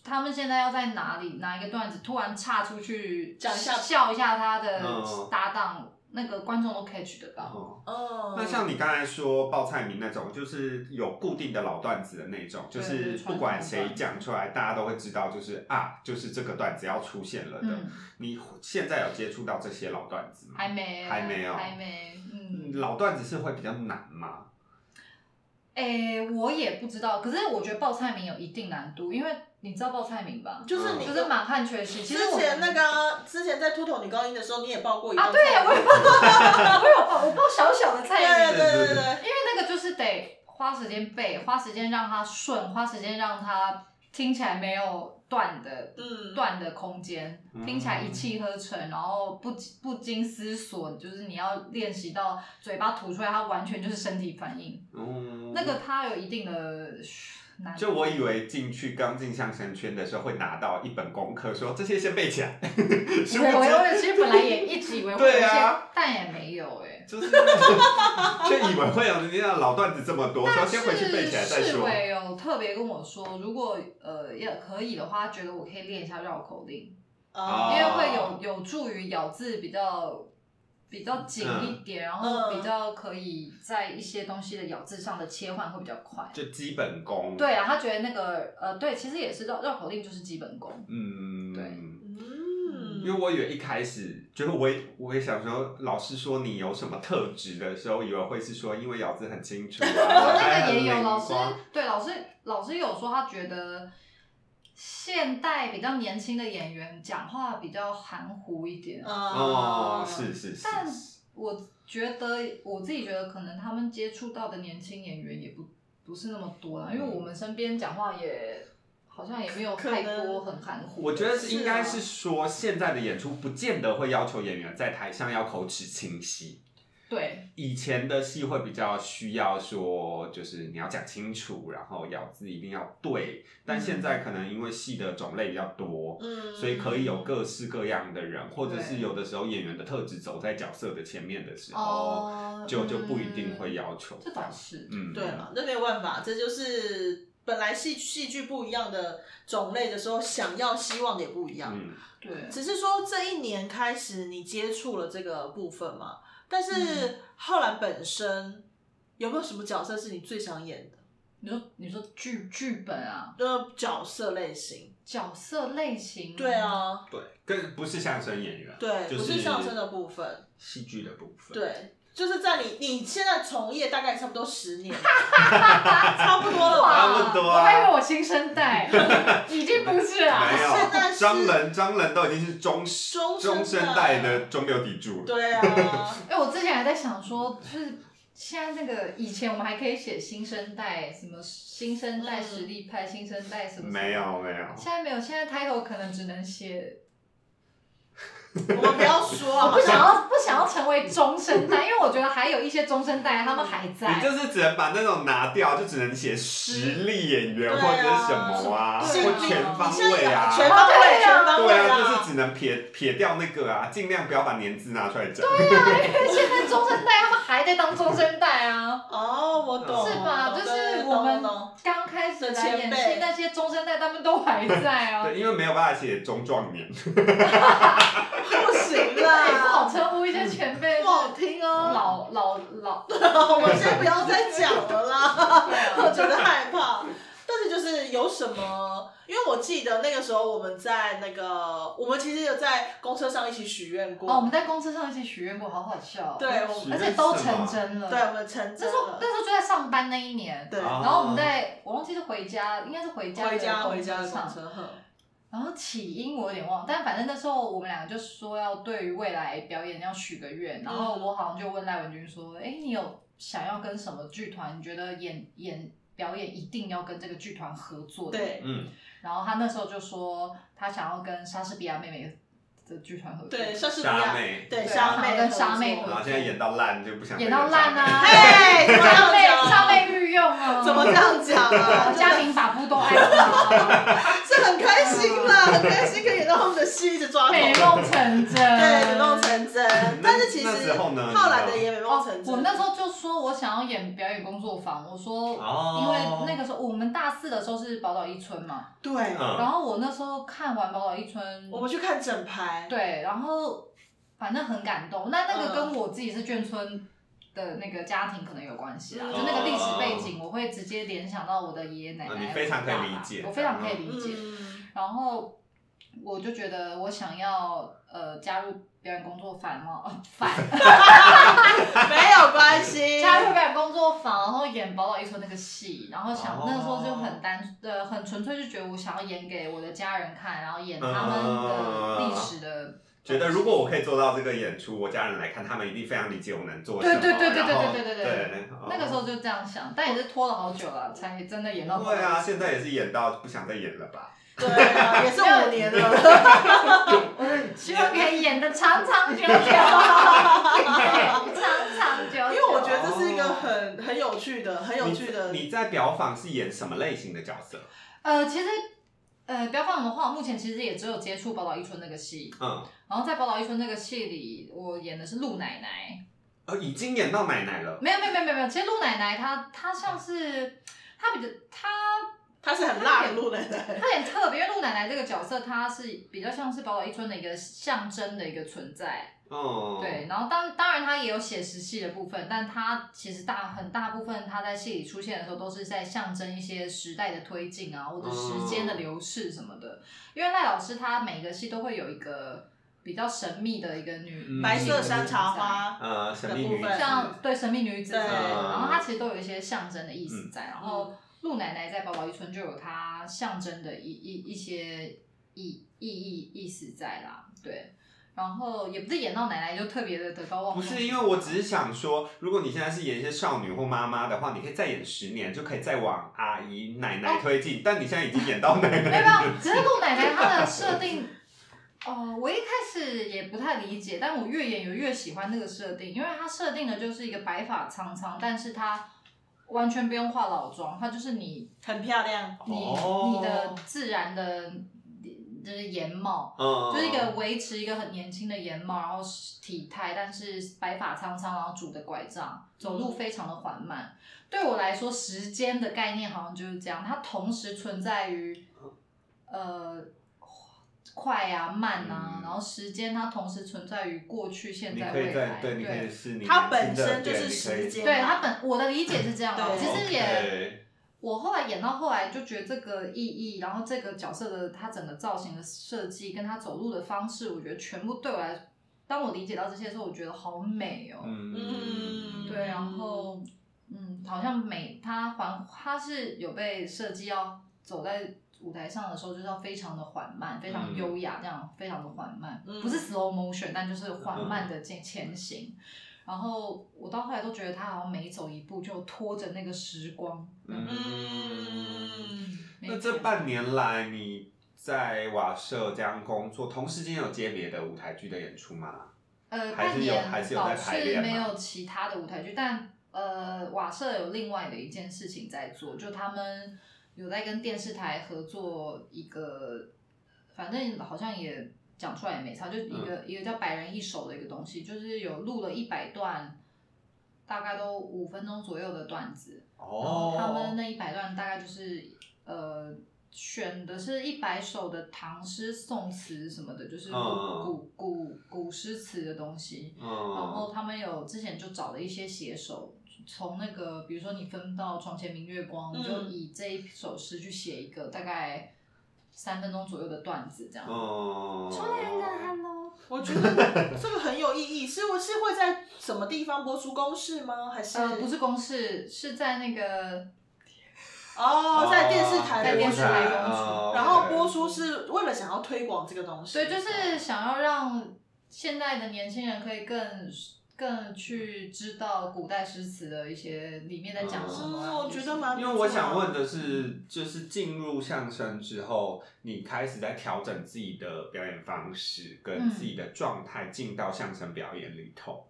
S3: 他们现在要在哪里哪一个段子突然岔出去
S1: 讲一下
S3: 笑一下他的
S2: 嗯
S3: 搭档，那个观众都 catch 得到。
S2: 哦
S1: 哦，
S2: 那像你刚才说报菜名那种，就是有固定的老段子的那种，就
S3: 对
S2: 是
S3: 传统
S2: 不管谁
S3: 段
S2: 讲出来，大家都会知道，就是啊，就是这个段子要出现了的。
S3: 嗯，
S2: 你现在有接触到这些老段子吗？
S3: 还没，啊
S2: 还没
S1: 哦
S2: 有
S3: 还没，嗯。
S2: 嗯老段子是会比较难吗？
S3: 诶、我也不知道，可是我觉得报菜名有一定难度，因为你知道报菜名吧？
S1: 嗯就是你
S3: 就是满汉全席。其
S1: 之
S3: 实我
S1: 前那个啊之前在秃头女高音的时候，你也报过一
S3: 啊，
S1: 道
S3: 对，
S1: 菜
S3: 我有 报，我有报，我报小小的菜
S1: 对
S2: 对
S3: 名，
S1: 对
S2: 对
S1: 对对，
S3: 因为那个就是得花时间背，花时间让它顺，花时间让它听起来没有断的
S1: 嗯，
S3: 断的空间，
S2: 嗯
S3: 听起来一气呵成，然后不不经思索，就是你要练习到嘴巴吐出来，它完全就是身体反应。
S2: 嗯，
S3: 那个它有一定的嘘难度。
S2: 就我以为进去刚进相声圈的时候会拿到一本功课，说这些先背起来，殊
S3: 对，
S2: 不
S3: 我
S2: 知
S3: 我其实本来也一直以为会有一
S2: 对
S3: 些，
S2: 啊
S3: 但也没有哎、
S2: 就是就以为会有人家老段子这么多，说
S3: 但
S2: 先回去背起来再
S3: 是
S2: 说。
S3: 委有特别跟我说，如果呃要可以的话，他觉得我可以练一下绕口令。
S1: 啊
S3: 因为
S2: 哦
S3: 会有有助于咬字比较比较紧一
S2: 嗯
S3: 点，然后比较可以在一些东西的咬字上的切换会比较快。
S2: 就基本功。
S3: 对啊，他觉得那个呃，对，其实也是绕绕口令就是基本功。
S2: 嗯，
S3: 对
S1: 嗯，
S2: 因为我以为一开始就是我也我也想说，老师说你有什么特质的时候，以为会是说因为咬字很清 楚啊，然
S3: 哦，那
S2: 后
S3: 个也有
S2: 很灵
S3: 老师
S2: 光，
S3: 对老师老师有说他觉得现代比较年轻的演员讲话比较含糊一点。
S2: 哦
S1: 哦，，
S2: 是是是，
S3: 但
S2: 是
S3: 我觉得我自己觉得可能他们接触到的年轻演员也不不是那么多啦，因为我们身边讲话也好像也没有
S1: 可
S3: 太
S1: 能
S3: 多很含糊的。
S2: 我觉得是
S1: 是啊
S2: 应该是说现在的演出不见得会要求演员在台上要口齿清晰，
S3: 对
S2: 以前的戏会比较需要说，就是你要讲清楚，然后咬字一定要对。但现在
S3: 嗯
S2: 可能因为戏的种类比较多，
S1: 嗯，
S2: 所以可以有各式各样的人，或者是
S3: 对
S2: 有的时候演员的特质走在角色的前面的时候，
S4: 哦
S2: 就
S4: 嗯
S2: 就不一定会要求
S3: 这
S2: 这
S3: 倒
S2: 样
S3: 是。
S2: 嗯，
S1: 对了，那没有办法，这就是本来戏戏剧不一样的种类的时候，想要希望也不一样。
S2: 嗯，
S3: 对，
S1: 只是说这一年开始你接触了这个部分嘛，但
S3: 嗯
S1: 是浩然本身有没有什么角色是你最想演的？
S3: 你说你说剧剧本啊，
S1: 呃，角色类型？
S3: 角色类型，
S1: 对，
S3: 嗯
S1: 啊，
S2: 对，跟不是相声演员，
S1: 对，
S2: 就
S1: 不是相声的部分，
S2: 戏剧的部分，，
S1: 对。就是在你你现在从业大概差不多十 年了，差不多了吧？
S2: 差不多
S3: 我
S2: 啊
S3: 还以为我新 生代，已经不是啦。
S2: 没
S1: 啊现在
S2: 有
S1: 是
S2: 张人，张人都已经是中
S1: 中生代
S2: 中生代的中流砥柱了，
S1: 对啊，
S3: 哎、我之前还在想说，就是现在那个以前我们还可以写新生代，什么新生代
S1: 嗯
S3: 实力派、新生代什么什么
S2: 没，有没有，
S3: 现在没有，现在 title 可能只能写，
S1: 我们不要说啊，
S3: 不
S1: 好
S3: 想
S1: 像
S3: 要不想要成为中生代，因为我觉得还有一些中生代他们还
S2: 你就
S3: 在。
S2: 是只能把那种拿掉，就只能写实力演
S1: 对
S2: 员
S1: 啊
S2: 或者是什么啊，
S3: 对啊
S2: 或全方
S1: 你
S2: 位
S1: 现在有全
S2: 啊。
S1: 方位，
S3: 对啊
S1: 全方
S2: 对
S1: 位
S2: 啊，就是只能撇撇掉那个啊，尽量不要把年资拿出来讲。
S3: 对啊，因为 现在中生代他们还在当中生代啊，
S1: 哦，我懂，
S3: 是吧？
S1: 懂
S3: 就是
S1: 懂
S3: 我们
S1: 懂懂
S3: 刚开始来演
S1: 的前辈
S3: 戏那些中生代，他们都还在啊，
S2: 对，因为没有办法写中壮年，
S1: 不行
S3: 那哎 也不好
S1: 啦，
S3: 称呼一些前辈，
S1: 不好听哦。
S3: 老老老，对
S1: 我们先不要再讲了啦， 我
S3: 啊，
S1: 觉得害怕。但是就是有什么，因为我记得那个时候我们在那个，我们其实有在公车上一起许愿过。
S3: 哦，我们在公车上一起许愿过，好好笑哦。
S1: 对，我
S2: 许
S1: 们
S3: 而
S2: 愿
S3: 且都成真了。
S1: 对，我们成
S3: 这
S1: 真
S3: 时候
S1: 了
S3: 那。时候就在上班那一年，
S1: 对，
S2: 啊
S3: 然后我们在，我忘记是回家，应该是回家的
S1: 哦回家
S3: 公车
S1: 回家的公
S3: 上。
S1: 车哼
S3: 然后起因我有点忘，但反正那时候我们两个就说要对于未来表演要许个愿，然
S1: 嗯
S3: 后我好像就问赖文君说：“哎，你有想要跟什么剧团？你觉得演演表演一定要跟这个剧团合作的？”
S1: 对
S2: 嗯，
S3: 然后他那时候就说他想要跟莎士比亚妹妹的剧团合作，
S1: 对，莎士比
S2: 傻
S1: 亚，
S2: 妹，
S1: 对
S3: 啊对
S1: 莎妹
S3: 跟莎妹
S1: 合
S2: 然
S1: 作
S2: 后现在演到烂就不想再
S3: 演到烂啊，
S2: 莎妹
S1: 哎怎么
S3: 上辈
S1: 这样讲
S3: 上辈御用哦，
S1: 怎么这样讲啊？
S3: 家庭法不都爱我，
S1: 是很开心啦，很开心可以演到他们的戏，一直抓头，
S3: 嗯美
S1: 对，
S3: 梦成真，
S1: 美梦成真。但是其实
S2: 那时候呢
S1: 浩然的也美梦
S3: 哦
S1: 成，真。
S3: 我那时候就说我想要演表演工作坊，我说。因为
S2: 哦，
S3: 那个时候我们大四的时候是宝岛一村嘛，
S1: 对，
S3: 然
S2: 嗯，
S3: 后我那时候看完宝岛一村，
S1: 我们去看整排，
S3: 对，然后反正很感动。那那
S1: 嗯
S3: 个跟我自己是眷村的那个家庭可能有关系啦，啊
S1: 嗯
S3: 就那个历史背景，我会直接联想到我的爷爷奶
S2: 啊
S3: 奶。
S2: 你非常可以
S3: 我爸爸
S2: 理解
S3: 我非常可以理解。
S1: 嗯，
S3: 然后我就觉得我想要呃加入表演工作坊嘛， 反
S1: 没有关 系。
S3: 加入表演工作坊，然后演宝岛一村那个戏，然后想、
S2: 哦
S3: 那个时候就很单呃很纯粹，就觉得我想要演给我的家人看，然后演他们的历史的。
S1: 嗯
S2: 觉得如果我可以做到这个演出，我家人来看，他们一定非常理解我能做什
S3: 对
S2: 么。
S3: 对对对对
S2: 然后
S3: 对对对对
S2: 对
S3: 那个时候就这样想，但也是拖了好久了，才真的演到。
S2: 对啊，现在也是演到不想再演了吧？
S1: 对 啊，也是五年了。
S3: 希望可以演的长 长久久，对长长久久。
S1: 因为我觉得这是一个很很有趣的、很有趣的
S2: 你。你在表坊是演什么类型的角色？
S3: 呃，其实呃，标放的话，目前其实也只有接触《宝岛一村》那个戏，
S2: 嗯，
S3: 然后在《宝岛一村》那个戏里，我演的是陆奶奶。
S2: 哦，已经演到奶奶了。
S3: 没有没有没有没有，其实陆奶奶她她像是她比较她
S1: 他是很辣的陆奶奶，
S3: 他很特别，因为陆奶奶这个角色，她是比较像是宝岛一村的一个象征的一个存在。
S2: 哦，
S3: 对，，然后当当然她也有写实戏的部分，但她其实大很大部分她在戏里出现的时候，都是在象征一些时代的推进啊，或者
S2: 哦
S3: 时间的流逝什么的。因为赖老师他每个戏都会有一个比较神秘的一个女
S2: 嗯
S1: 白色山茶。花，
S2: 呃，神秘女
S1: 的部分
S2: 子，
S3: 像对神秘女子之类的，
S1: 对
S3: 然后它
S2: 嗯
S3: 其实都有一些象征的意思在。然后陆奶奶在《宝岛一村》就有它象征的一一一些意意义意思在啦，对。然后也不是演到奶奶就特别的德高望
S2: 不
S3: 重，
S2: 是，因为我只是想说，如果你现在是演一些少女或妈妈的话，你可以再演十年，就可以再往阿姨、奶奶推进。但你现在已经演到奶
S3: 哦没有没
S2: 奶，
S3: 有，只是陆奶奶她的设定，哦，我一开始也不太理解，但我越演有越喜欢这个设定，因为她设定的就是一个白发苍苍，但是她完全不用化老妆，她就是你
S1: 很漂亮。
S3: 你
S2: 哦
S3: 你的自然的就是颜貌，
S2: 嗯，
S3: 就是一个维持一个很年轻的颜貌，然后体态，但是白发苍苍，然后拄着拐杖，走路非常的缓慢。对我来说，时间的概念好像就是这样，它同时存在于呃快啊慢啊，
S2: 嗯
S3: 然后时间它同时存在于过去、现
S2: 你
S3: 在、
S2: 可以
S3: 未
S2: 再
S3: 来，
S2: 对，你可以是你
S1: 它
S2: 年
S1: 本
S2: 轻的
S1: 身就
S2: 点
S1: 是
S2: 你可以
S1: 时间
S3: 对它本我的理解是这样的，
S1: 对
S3: 其实也。
S2: OK
S3: 我后来演到后来就觉得这个意义，然后这个角色的他整个造型的设计跟他走路的方式，我觉得全部对我来，当我理解到这些的时候，我觉得好美哦。
S2: 嗯，
S3: 对，然后嗯，好像美他缓他是有被设计要走在舞台上的时候，就是要非常的缓慢，非常
S2: 嗯
S3: 优雅，这样非常的缓慢，
S1: 嗯
S3: 不是 slow motion，但就是
S2: 嗯
S3: 缓慢的前前行。然后我到后来都觉得他好像每走一步就拖着那个时光，
S2: 嗯
S1: 嗯，
S2: 那这半年来你在瓦舍这样工作，同时间有接别的舞台剧的演出吗？
S3: 呃，
S2: 还
S3: 半
S2: 是有
S3: 年
S2: 还是有
S3: 倒
S2: 在排练
S3: 是没
S2: 吗
S3: 有其他的舞台剧，但呃，瓦舍有另外的一件事情在做，就他们有在跟电视台合作一个，反正好像也讲出来也没差，就一个、
S2: 嗯
S3: 一个叫“百人一首”的一个东西，就是有录了一百段，大概都五分钟左右的段子，然后
S2: 哦，
S3: 他们那一百段大概就是呃。选的是一百首的唐诗宋词什么的，就是古、
S2: 嗯
S3: 古古古诗词的东西。然
S2: 嗯，
S3: 后他们有之前就找了一些写手，从那个比如说你分到床前明月光，
S1: 嗯
S3: 就以这一首诗去写一个大概三分钟左右的段子这样。哦
S2: 嗯，
S4: 出来了，Hello。
S1: 我觉得这个很有意义。是我是会在什么地方播出公示吗？还是
S3: 呃，不是公式，是在那个
S1: 哦，在电视台
S3: 在
S1: 的
S3: 电
S1: 播
S3: 视
S1: 出，
S3: 台
S2: 播出
S1: 哦
S2: ，OK
S1: 然后播出是为了想要推广这个东西，
S3: 对，就是想要让现代的年轻人可以更更去知道古代诗词的一些里面在讲什么啊、
S1: 嗯，我觉得蛮不错的，
S2: 因为我想问的是，就是进入相声之后，你开始在调整自己的表演方式跟
S3: 嗯
S2: 自己的状态，进到相声表演里头。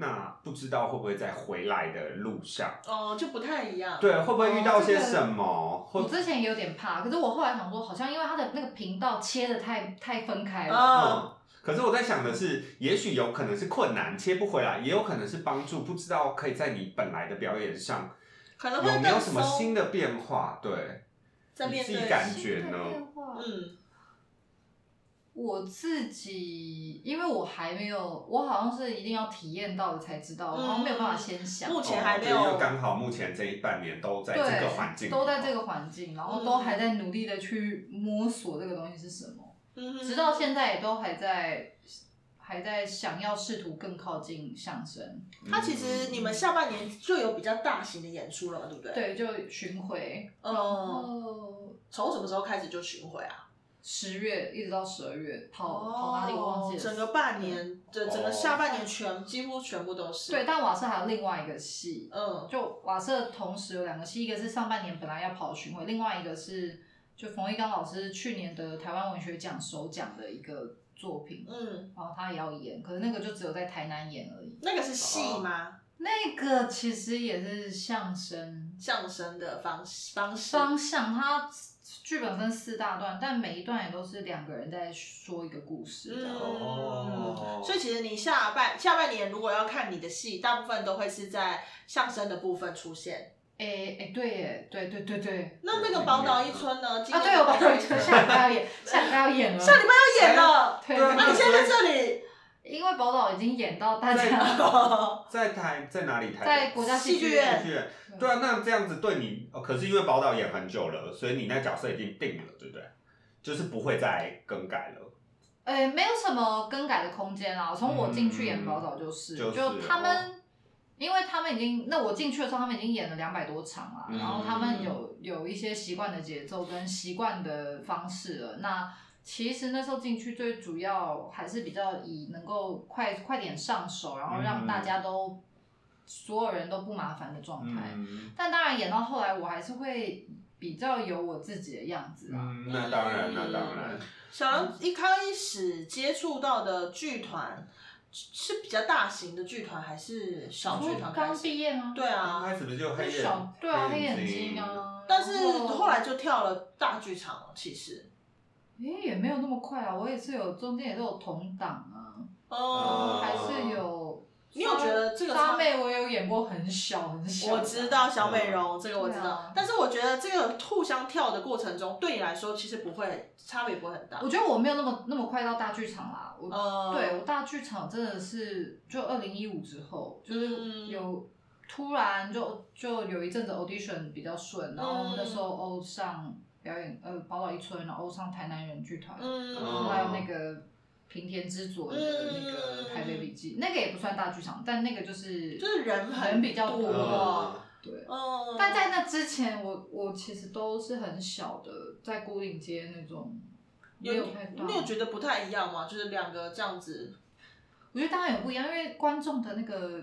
S2: 那不知道会不会在回来的路上，
S1: 哦，就不太一样，
S2: 对，会不会遇到
S3: 哦这
S2: 些
S3: 个
S2: 什么？
S3: 我
S2: 或
S3: 之前也有点怕，可是我后来想说，好像因为他的那个频道切的太太分开了，
S1: 嗯，
S2: 嗯，可是我在想的是，也许有可能是困难切不回来，也有可能是帮助，不知道可以在你本来的表演上
S1: 可 能会
S2: 有没有
S1: 更
S2: 什么
S1: 松
S2: 新的变化？对，
S1: 在面
S2: 你自己
S1: 对，
S2: 感觉呢
S1: 嗯，
S3: 我自己因为我还没有，我好像是一定要体验到了才知道，我好像没有办法先
S1: 嗯
S3: 想。
S1: 目前
S2: 哦
S1: 还没
S2: 对因为
S1: 有，
S2: 刚好目前这一半年都在这个环境，
S3: 都在这。个环境，然后
S1: 嗯
S3: 都还在努力的去摸索这个东西是什么。
S1: 嗯
S3: 直到现在也都还在，还在想要试图更靠近相声。
S2: 嗯
S1: 它其实你们下半年就有比较大型的演出了嘛，对不对？，
S3: 对，就巡回，
S1: 嗯，
S3: 哦，
S1: 从什么时候开始就巡回啊？
S3: 十月一直到十二月，跑、跑哦哪里我忘记了。
S1: 哦整个半年，对，整个
S2: 哦
S1: 下半年全几乎全部都是，
S3: 对，，但瓦舍还有另外一个戏，
S1: 嗯，
S3: 就瓦舍同时有两个戏，一个是上半年本来要跑巡回，另外一个是就冯玉刚老师去年的台湾文学奖首奖的一个作品，
S1: 嗯，
S3: 然后他也要演，可是那个就只有在台南演而已。
S1: 那个是戏吗？
S3: 那个其实也是相声，
S1: 相声的方式方式，
S3: 方向，它剧本分四大段，但每一段也都是两个人在说一个故事这样。
S2: 哦
S1: 嗯，所以其实你下半下半年如果要看你的戏，大部分都会是在相声的部分出现。
S3: 诶诶，对耶，对对对对，
S1: 那那个宝岛一村呢？今
S3: 啊
S1: 年
S3: 对，我把头就下礼拜要演，下礼拜要演了，
S1: 下礼拜要演了。 啊
S3: 对
S2: 对
S1: 那你现在在这里，
S3: 因为宝岛已经演到大家
S1: 哦
S2: 在台在哪里？台
S3: 在
S2: 北
S3: 国家
S1: 戏剧
S3: 剧
S1: 院
S2: 剧院。对啊，那这样子对你，哦可是因为宝岛演很久了，所以你那角色已经定了，对不对？就是不会再更改了。
S3: 诶，呃没有什么更改的空间啦。从我进去演宝岛就是，
S2: 嗯就是
S3: 他们，因为他们已经，那我进去的时候，他们已经演了两百多场啦，
S2: 嗯
S3: 然后他们有有一些习惯的节奏跟习惯的方式了。那其实那时候进去最主要还是比较以能够快快点上手，然后让
S2: 嗯
S3: 大家都、所有人都不麻烦的状态。
S2: 嗯，
S3: 但当然演到后来，我还是会比较有我自己的样子啊。
S2: 嗯那当然，那当然。
S1: 小杨一开始接触到的剧团是比较大型的剧团还是小剧团开
S3: 刚
S1: 始？
S3: 毕业吗？
S1: 对
S2: 刚
S1: 啊，
S2: 开始不是就黑眼
S3: 小对啊，黑眼睛
S2: 睛
S3: 啊。
S1: 但是
S3: 然后
S1: 后来就跳了大剧场了，其实。
S3: 诶、也没有那么快啊，我也是有中间也是有同档啊，
S2: 哦
S3: 还是有。
S1: 你有觉得这个
S3: 沙
S1: 差
S3: 妹我也有演过很小很小的，
S1: 我知道小美容这个我知
S3: 对
S1: 道
S3: 啊，
S1: 但是我觉得这个互相跳的过程中，对你来说其实不会差别不会很大
S3: 我。觉得我没有那么那么快到大剧场啦，我、
S1: 呃，
S3: 对我大剧场真的是就二零一五之后，就是
S1: 嗯
S3: 有、突然就就有一阵子 audition 比较顺，然
S1: 嗯
S3: 后那时候欧上表演呃宝岛一村，然后欧上台南人剧团，然后
S1: 嗯，
S3: 还有那个平田之佐的那个《台北笔记》，那个也不算大剧场，但那个就是
S1: 就是人很
S3: 人比较
S1: 多
S3: 多。
S2: 嗯
S3: 对，
S1: 嗯，
S3: 但在那之前，我我其实都是很小的，在孤岭街那种，没
S1: 有
S3: 有太大。
S1: 你有觉得不太一样吗？就是两个这样子，
S3: 我觉得当然有不一样，因为观众的那个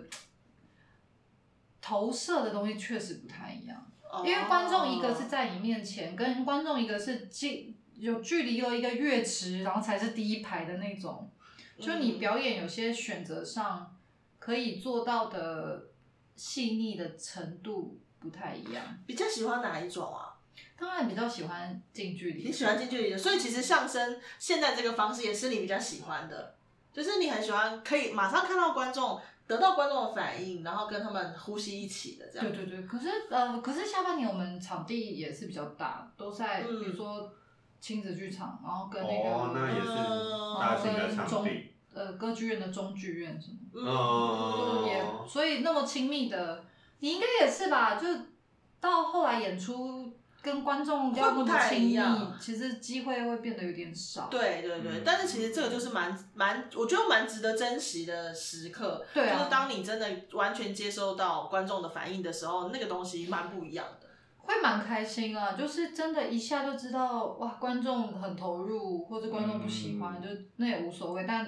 S3: 投射的东西确实不太一样。
S1: 哦
S3: 因为观众一个是在你面前，跟观众一个是近有距离有一个乐池，然后才是第一排的那种。就
S1: 嗯
S3: 你表演有些选择上可以做到的细腻的程度不太一样。
S1: 比较喜欢哪一种啊？
S3: 当然比较喜欢近距离，
S1: 你喜欢近距离的，所以其实相声现在这个方式也是你比较喜欢的，就是你很喜欢可以马上看到观众，得到观众的反应，然后跟他们呼吸一起的这样。
S3: 对对对，可是呃，可是下半年我们场地也是比较大，都在、
S1: 嗯
S3: 比如说亲子剧场，然后跟那个、
S2: 哦，那
S1: 嗯
S2: 也是大型的场地。
S3: 呃歌剧院的中剧院什么的。
S1: 嗯
S2: 哦
S3: 也所以那么亲密的，你应该也是吧？就到后来演出跟观众要
S1: 会
S3: 那
S1: 不
S3: 么
S1: 太
S3: 亲
S1: 一
S3: 密
S1: 样，
S3: 其实机会会变得有点少。
S1: 对对对，
S2: 嗯
S1: 但是其实这个就是蛮蛮，我觉得蛮值得珍惜的时刻，
S3: 对啊
S1: 就是当你真的完全接收到观众的反应的时候，那个东西蛮不一样的。
S3: 会蛮开心啊，就是真的，一下就知道哇，观众很投入，或者观众不喜
S2: 嗯
S3: 欢，就那也无所谓。但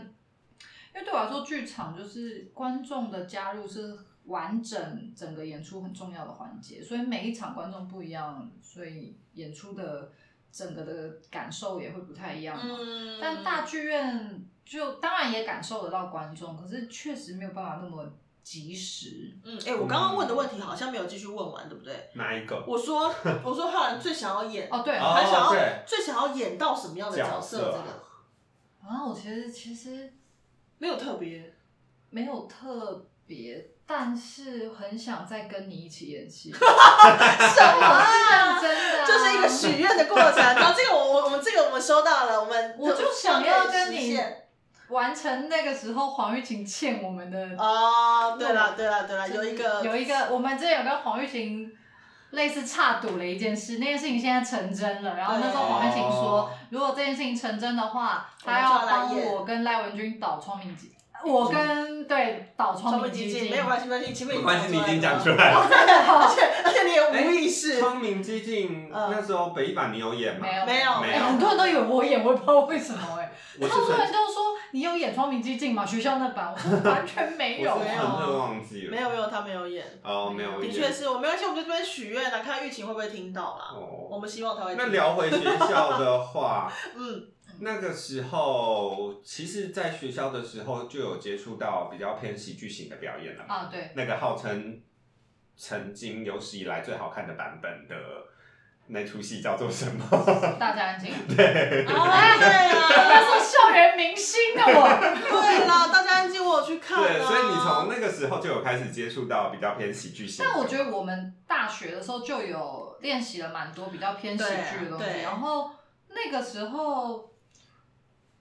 S3: 因为对我来说，剧场就是观众的加入是完整整个演出很重要的环节，所以每一场观众不一样，所以演出的整个的感受也会不太一样嘛。
S1: 嗯
S3: 但大剧院就当然也感受得到观众，可是确实没有办法那么及时。
S1: 嗯，哎、我刚刚问的问题好像没有继续问完，对不对？
S2: 哪一个？
S1: 我说 我说浩然最想要演，
S3: 哦，对，
S2: 哦
S1: 还想要、
S2: 对
S1: 最想要演到什么样的角色？
S2: 角
S1: 这
S2: 色啊
S1: 个
S3: 然后我其实其实
S1: 没有特别，
S3: 没有特别，但是很想再跟你一起 演戏。什么？真的、啊？
S1: 这是一个许愿的过程。啊然后这个我我我们这个我们收到了，我们
S3: 我就想要跟
S1: 实
S3: 你
S1: 现
S3: 完成那个时候黄玉琴欠我们的
S1: 哦，对了对了对了，
S3: 就
S1: 有
S3: 是
S1: 一个
S3: 有一个，我们之前有跟黄玉琴类似差赌了一件事，那件事情现在成真了。然后那时候黄玉琴说
S2: 哦，
S3: 如果这件事情成真的话，
S1: 我们
S3: 他
S1: 就要
S3: 要帮
S1: 来演
S3: 我跟赖文君导创明基，我跟对导创
S1: 聪明
S3: 明基
S1: 基
S3: 金
S1: 金没有关系，没关系，前面
S2: 没关系，你已经讲出
S1: 了，
S2: 来了。
S1: 哦
S2: 哎
S1: 而且而且你也无意识，
S2: 聪明激进，
S1: 嗯
S2: 那时候北一版你有演吗？
S3: 没有
S1: 没有
S2: 没
S3: 哎
S2: 有
S3: 很多人都以为我演，我也不知道为什么哎、
S2: 我是
S3: 超多人
S2: 很，
S3: 都说你有演《窗明几净》吗？学校那版，我说 完全没有
S2: 我是
S1: 没
S3: 哎、
S1: 有
S2: 很会忘记了。
S1: 没有没有，他没有演，
S2: 哦，没有
S1: 的
S2: 演。
S1: 确是我没关系，我们就这边许愿了，看玉琴会不会听到啦。我
S2: 哦，
S1: 们希望他会听。
S2: 那聊回学校的话，
S1: 嗯
S2: 那个时候其实，在学校的时候就有接触到比较偏喜剧型的表演了
S1: 哦
S2: 嘛。
S3: 啊，对，
S2: 那个号称曾经有史以来最好看的版本的那出戏叫做什么？
S3: 大家安静。
S1: 啊，对
S3: 他
S1: 啊，
S3: 是校园明星啊，我。
S1: 对啦，大家安静，我有去看、啊。
S2: 对，所以你从那个时候就有开始接触到比较偏喜剧性的。
S3: 但我觉得我们大学的时候就有练习了蛮多比较偏喜剧的东
S1: 对啊
S3: 西，
S1: 对
S3: 然后那个时候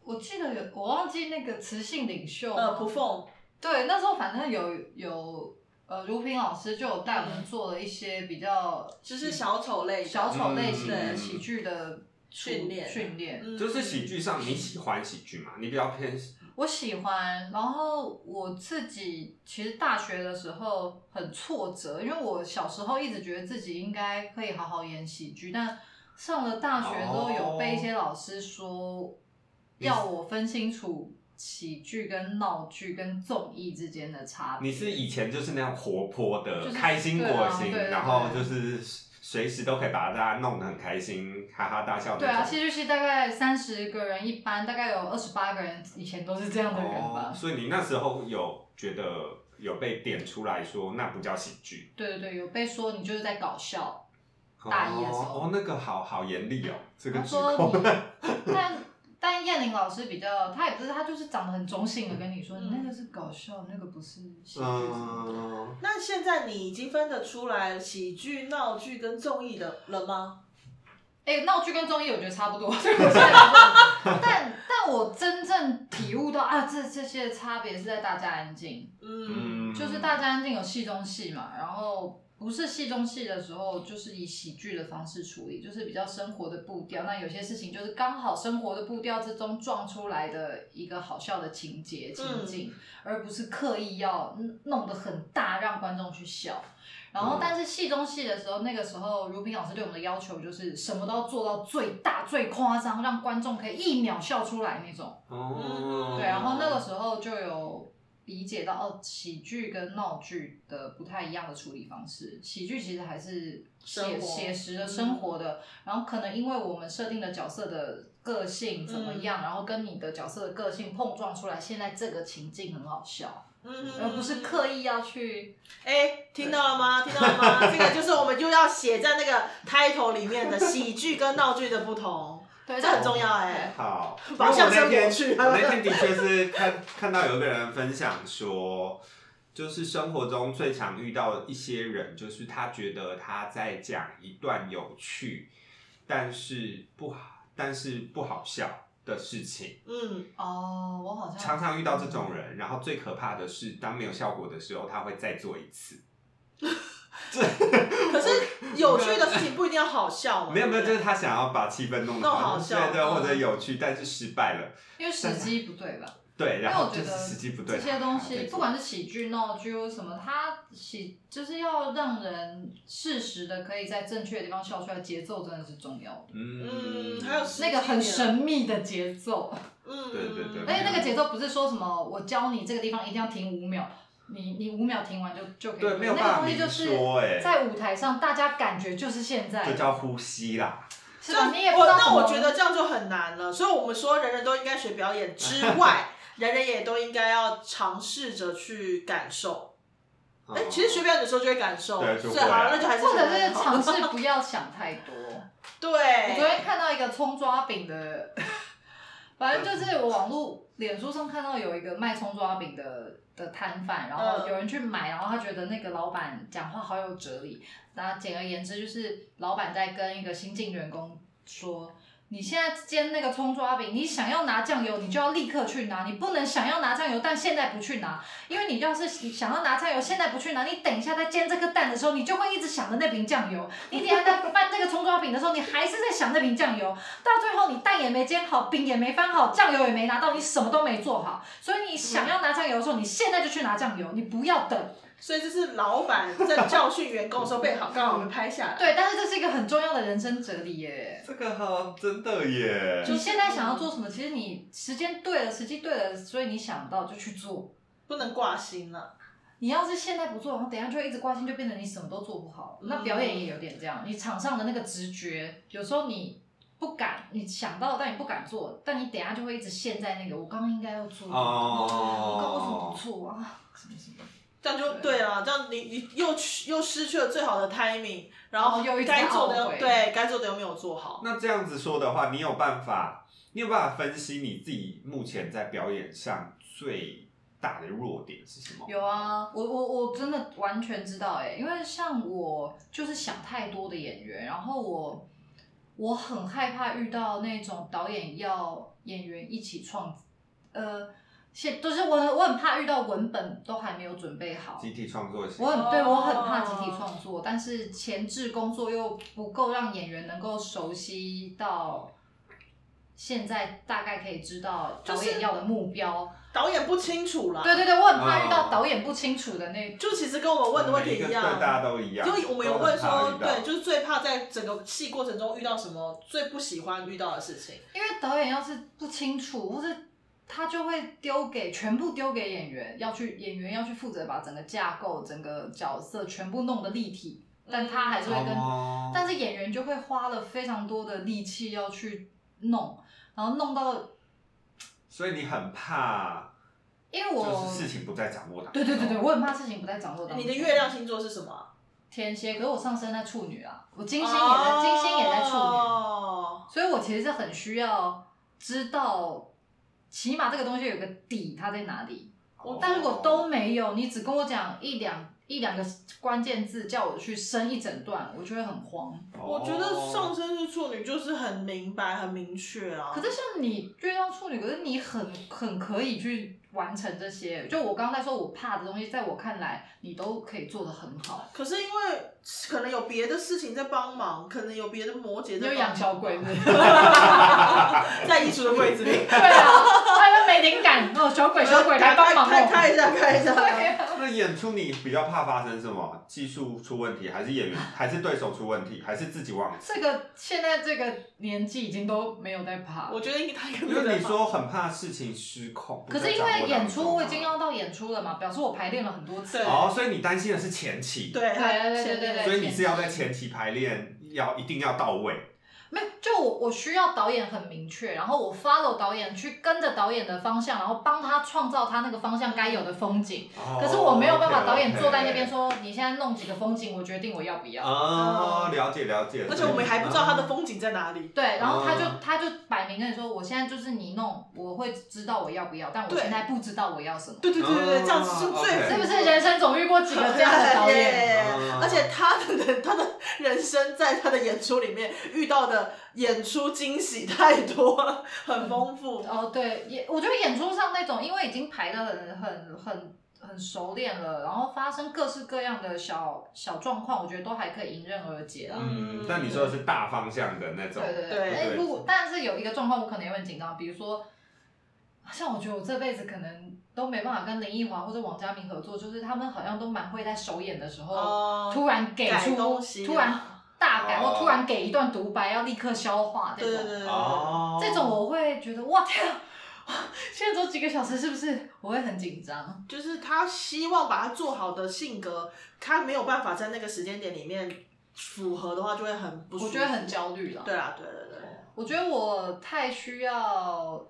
S3: 我记得有我忘记那个雌性领袖，
S1: 呃，不凤，
S3: 对，那时候反正有有呃如萍老师就有带我们做了一些比较
S1: 嗯就是小丑类的
S3: 小丑类型
S1: 嗯
S3: 的
S1: 对
S3: 喜剧的
S1: 训练
S3: 训练，
S1: 嗯
S2: 就是喜剧上你喜欢喜剧嘛？你比较偏
S3: 我喜欢，然后我自己其实大学的时候很挫折，因为我小时候一直觉得自己应该可以好好演喜剧，但上了大学之后
S2: 哦
S3: 有被一些老师说要我分清楚喜剧跟闹剧跟综艺之间的差别。
S2: 你是以前就是那样活泼的、
S3: 就是
S2: 开心果型，
S3: 对啊对
S2: 然后
S3: 对
S2: 就是随时都可以把大家弄得很开心，哈哈大笑那种。
S3: 对啊，戏剧系大概三十个人，一般大概有二十八个人以前都是这样的人吧。
S2: 哦，所以你那时候有觉得有被点出来说那不叫喜剧，
S3: 对对对，有被说你就是在搞笑。大一的时候
S2: 哦，哦那个好好严厉哦，这个
S3: 他
S2: 指
S3: 说
S2: 控。
S3: 你，但但燕玲老师比较，他也不是，他就是长得很中性的跟你说，
S1: 嗯
S3: 你那个是搞笑，那个不是喜剧什么的。
S2: 嗯，
S1: 那现在你已经分得出来喜剧、闹剧跟综艺的了吗？
S3: 哎、闹剧跟综艺我觉得差不多， 所以我现在就是但但我真正体悟到啊，这这些差别是在大家安静，
S1: 嗯，
S3: 就是大家安静有戏中戏嘛，然后。不是戏中戏的时候，就是以喜剧的方式处理，就是比较生活的步调。那有些事情就是刚好生活的步调之中撞出来的一个好笑的情节情
S1: 嗯
S3: 境。而不是刻意要弄得很大让观众去笑。然后
S2: 嗯，
S3: 但是戏中戏的时候，那个时候如萍老师对我们的要求就是什么都要做到最大、最夸张，让观众可以一秒笑出来那种。
S2: 哦，
S3: 嗯对，然后那个时候就有理解到哦，喜剧跟闹剧的不太一样的处理方式。喜剧其实还是
S1: 生
S3: 写
S1: 活
S3: 写实的生活的，然后可能因为我们设定的角色的个性怎么样，然后跟你的角色的个性碰撞出来，现在这个情境很好笑。
S1: 嗯
S3: 而呃不是刻意要去。
S1: 哎、听到了吗？听到了吗？ 这个就是我们就要写在那个 title 里面的喜剧跟闹剧的不同，
S3: 对
S1: 这很重要哎、
S2: 好，
S1: 把相声
S2: 因为我那
S1: 抹去
S2: 天我那天的确是看看到有一个人分享说，就是生活中最常遇到一些人，就是他觉得他在讲一段有趣，但是不好，但是不好笑的事情，
S1: 嗯，
S3: 哦，我好像
S2: 常常遇到这种。人。然后最可怕的是，当没有效果的时候，他会再做一次。
S1: 可是有趣的事情不一定要好
S3: 哦
S1: 笑嘛。
S2: 没有没有，就
S1: 对
S2: 是
S1: 不对
S2: 他想要把气氛弄得
S1: 弄好笑
S2: 对对，
S1: 嗯
S2: 或者有趣，但是失败了。
S3: 因为时机不对吧？
S2: 对，
S3: 因为
S2: 然
S3: 我
S2: 后
S3: 觉
S2: 就是
S3: 得
S2: 时机不对，啊
S3: 这些东西不管
S2: 是
S3: 是喜剧、闹剧或什么，它喜就是要让人适时的可以在正确的地方笑出来，节奏真的是重要的。
S1: 嗯，还有实际
S3: 那
S1: 一
S3: 个
S1: 点
S3: 很神，秘的节奏，
S1: 嗯，
S2: 对对对
S3: 而哎且那个节奏不是说什么我教你这个地方一定要停五秒，你你五秒停完就就可以
S2: 对，
S3: 了。
S2: 没有办
S3: 那个
S2: 法
S3: 东西
S2: 明
S3: 就是
S2: 说、欸，哎，
S3: 在舞台上大家感觉就是现在
S2: 这，叫呼吸啦。
S3: 是
S1: 这
S3: 吧？你也不
S1: 我
S3: 知道
S1: 那我
S3: 怎么
S1: 觉得这样就很难了，所以我们说人人都应该学表演之 外，人人也都应该要尝试着去感受。哎、其实学表演的时候就会感受，
S2: 嗯对就
S1: 所
S2: 会啊
S1: 以好了，那就还是
S3: 或者
S1: 学表
S3: 是
S1: 演好
S3: 尝试不要想太多。我昨
S1: 对，
S3: 天看到一个葱抓饼的， 反正就是我网络脸书上看到有一个卖葱抓饼的的摊贩，然后
S1: 嗯
S3: 有人去买，然后他觉得那个老板讲话好有哲理。那简而言之，就是老板在跟一个新进员工说。你现在煎那个葱抓饼，你想要拿酱油，你就要立刻去拿，你不能想要拿酱油，但现在不去拿，因为你要是想要拿酱油，现在不去拿，你等一下在煎这颗蛋的时候，你就会一直想着那瓶酱油；你等一下在翻这个葱抓饼的时候，你还是在想那瓶酱油。到最后，你蛋也没煎好，饼也没翻好，酱油也没拿到，你什么都没做好。所以你想要拿酱油的时候，你现在就去拿酱油，你不要等。
S1: 所以这是老板在教训员工的时候 被好，刚好我们拍下来。
S3: 对，但是这是一个很重要的人生哲理耶。
S2: 这个哈，真的耶，
S3: 你现在想要做什么，其实你时间对了，时机对了，所以你想到就去做。
S1: 不能挂心了。
S3: 你要是现在不做，然后等一下就一直挂心，就变成你什么都做不好。那表演也有点这样，你场上的那个直觉，有时候你不敢，你想到但你不敢做，但你等一下就会一直陷在那个我刚刚应该要做，我刚刚为什么
S2: 哦
S3: 不，做啊？什么什么。
S1: 这样就对了，这样你你又去又失去了最好的 timing，然
S3: 然后哦又一直
S1: 该做
S3: 懊
S1: 的
S3: 悔
S1: 对该做的又没有做好。
S2: 那这样子说的话，你有办法，你有办法分析你自己目前在表演上最大的弱点是什么？
S3: 有，啊，我我我真的完全知道哎、因为像我就是想太多的演员，然后我我很害怕遇到那种导演要演员一起创，呃，现就是我很我很怕遇到文本都还没有准备好，
S2: 集体创作型
S3: 我。很对
S1: 哦
S3: 我很怕集体创作，但是前置工作又不够让演员能够熟悉到。现在大概可以知道导
S1: 就是
S3: 演要的目标，
S1: 导演不清楚啦。
S3: 对对对，我很怕遇到
S2: 哦
S3: 导演不清楚的那
S1: 就其实跟我们问的问题一样，
S2: 每个对大家都一样
S1: 就我们有问
S2: 都很怕
S1: 说，
S2: 遇到
S1: 对，就是最怕在整个戏过程中遇到什么，最不喜欢遇到的事情。
S3: 因为导演要是不清楚，或是他就会丢给全部丢给演员，要去演员要去负责把整个架构、整个角色全部弄得立体，但他还是
S1: 嗯
S3: 会跟，
S2: 哦
S3: 但是演员就会花了非常多的力气要去弄，然后弄到，
S2: 所以你很怕，
S3: 因为
S2: 就
S3: 我
S2: 是事情不在掌握当中。
S3: 对对对对，我很怕事情不在掌握当中。
S1: 你的月亮星座是什么啊？
S3: 天蝎，可是我上升在处女啊，我金星也在，金星也在处女。
S1: 哦
S3: 所以我其实是很需要知道，起码这个东西有个底，它在哪里。
S2: 哦
S3: 但如果都没有，你只跟我讲一两一两个关键字，叫我去升一整段，我就会很慌。
S1: 我觉得上升是处女，就是很明白、很明确啊。
S3: 可是像你月亮处女，可是你很很可以去完成这些。就我刚刚在说我怕的东西，在我看来，你都可以做得很好。
S1: 可是因为可能有别的事情在帮忙，可能有别的摩羯
S3: 你
S1: 在帮
S3: 就
S1: 忙
S3: 养小鬼是不是
S1: 在艺术的柜子里，
S3: 对啊，他就没灵感哦，小鬼小鬼来帮忙哦
S1: 开开
S3: 我。
S1: 开一下，开一下。
S2: 那演出你比较怕发生什么？技术出问题，还是 演员，还是对手出问题，还是自己忘记？
S3: 这个现在这个年纪已经都没有在怕了，
S1: 我觉得应该他应该没
S2: 因
S1: 有在
S2: 为
S1: 忙
S2: 你说很怕事情失控，
S3: 可是因
S2: 不在掌
S3: 为
S2: 握当中啊
S3: 演出我已经要到演出了嘛，表示我排练了很多次。
S1: 对
S2: 哦，所以你担心的是前期，，
S1: 对
S3: 对对对对
S2: 所
S3: 对
S2: 以你是要在前期排练，要一定要到位。
S3: 没有，就我我需要导演很明确，然后我 follow 导演去跟着导演的方向，然后帮他创造他那个方向该有的风景。
S2: 哦
S3: 可是我没有办法，导演坐在那边说：“你现在弄几个风景，我决定我要不要。嗯
S2: 哦，了解了解。
S1: 而且我们还不知道他的风景在哪里。
S3: 对，然后他就、
S2: 哦
S3: 他就摆明跟你说：“我现在就是你弄，我会知道我要不要，但我
S1: 对
S3: 现在不知道我要什么。
S1: 对对对对对，这样子是最
S2: 哦
S3: 是不是人生总遇过几个这样的导演？
S2: 嗯
S1: 而且他的人他的人生在他的演出里面遇到的演出惊喜太多了，很丰富。
S3: 哦，对，也我觉得演出上那种，因为已经排的很很很很熟练了，然后发生各式各样的小小状况，我觉得都还可以迎刃而解啦。
S2: 嗯，但你说的是大方向的那种，
S3: 对对
S1: 对
S3: 对，哎，
S2: 对
S3: 如果但是有一个状况，我可能也会很紧张，比如说，像我觉得我这辈子可能都没办法跟林奕华或者王家明合作，就是他们好像都蛮会在首演的时候、
S1: 哦
S3: 突然给
S1: 改
S3: 出
S1: 东西啊
S3: 突然大改，
S2: 哦
S3: 或突然给一段独白要立刻消化这
S1: 对
S3: 种。
S1: 对对对对，
S2: 哦，
S3: 这种我会觉得哇天啊， 现在走几个小时是不是？我会很紧张。
S1: 就是他希望把他做好的性格，他没有办法在那个时间点里面符合的话，就会很不舒服。
S3: 我觉得很焦虑了。
S1: 对啊，对对对，
S3: 我觉得我太需要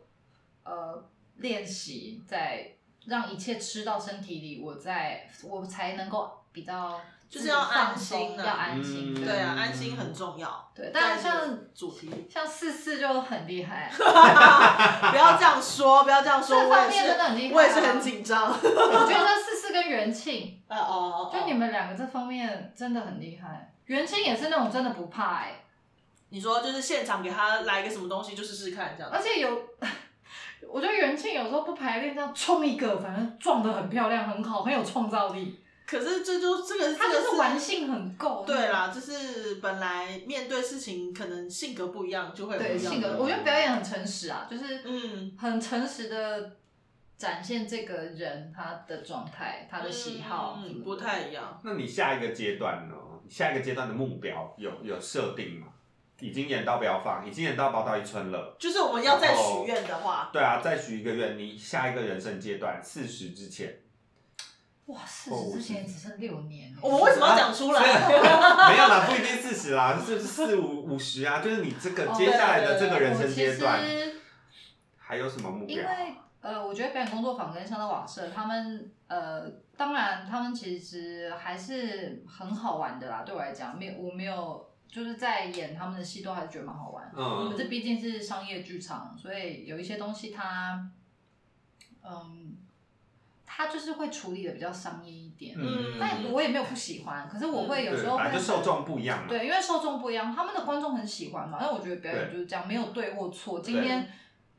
S3: 呃练习，在让一切吃到身体里，我在我才能够比较
S1: 就是要
S3: 自放
S1: 安心
S3: 松
S1: 啊
S3: 要安心。
S2: 嗯
S1: 对啊，
S2: 嗯
S1: 安心很重要。
S3: 对，当然
S1: 在这
S3: 像
S1: 个主题，
S3: 像四四就很厉害，
S1: 不要这样说，不要这样说，
S3: 这
S1: 我
S3: 方
S1: 也
S3: 面真的
S1: 是，
S3: 很厉害啊。
S1: 我也是很紧 张。
S3: 我觉得四四跟元庆。
S1: 哦哦
S3: 就你们两个这方面真的很厉害，元青也是那种真的不怕哎、
S1: 你说就是现场给他来个什么东西就试试看这样
S3: 而且有， 我觉得元庆有时候不排练这样冲一个，反正撞得很漂亮，很好，很有创造力，
S1: 可是这就这个
S3: 他就
S1: 这个
S3: 是玩性很够。
S1: 对，啦，就是本来面对事情可能性格不一样，就会有不
S3: 对
S1: 一样
S3: 性
S1: 的
S3: 格，我觉得表演很诚实啊，就是
S1: 嗯
S3: 很诚实的展现这个人他的状态、他的喜好什么
S1: 嗯
S3: 的，
S1: 不太一样。
S2: 那你下一个阶段呢？下一个阶段的目标有有设定吗？已经演到标放，已经演到宝岛一村了。
S1: 就是我们要再许愿的话，
S2: 对啊，再许一个愿，你下一个人生阶段四十之前，
S3: 哇，四十之前只剩六年欸、
S1: 我们为什么要讲出 来？
S2: 没有啦，不一定四十啦，就是四五五十啊，就是你这个
S3: 哦
S2: 接下来的
S3: 对
S2: 这
S3: 对
S2: 个
S3: 对
S2: 人生阶段
S3: 哦我其实
S2: 还有什么目
S3: 因
S2: 标？
S3: 为呃，我觉得表演工作坊跟香港瓦舍他们呃，当然他们其实还是很好玩的啦。对我来讲，没有我没有就是在演他们的戏，都还是觉得蛮好玩。
S2: 嗯
S3: 可是毕竟是商业剧场，所以有一些东西它，嗯，他就是会处理的比较商业一点。
S1: 嗯
S3: 但我也没有不喜欢，可是我会有
S2: 对，
S3: 时候
S2: 反
S3: 会
S2: 正就受众不一样嘛。
S3: 对，因为受众不一样，他们的观众很喜欢嘛。那我觉得表演
S2: 对
S3: 就是这样，没有对或错。今
S2: 对
S3: 天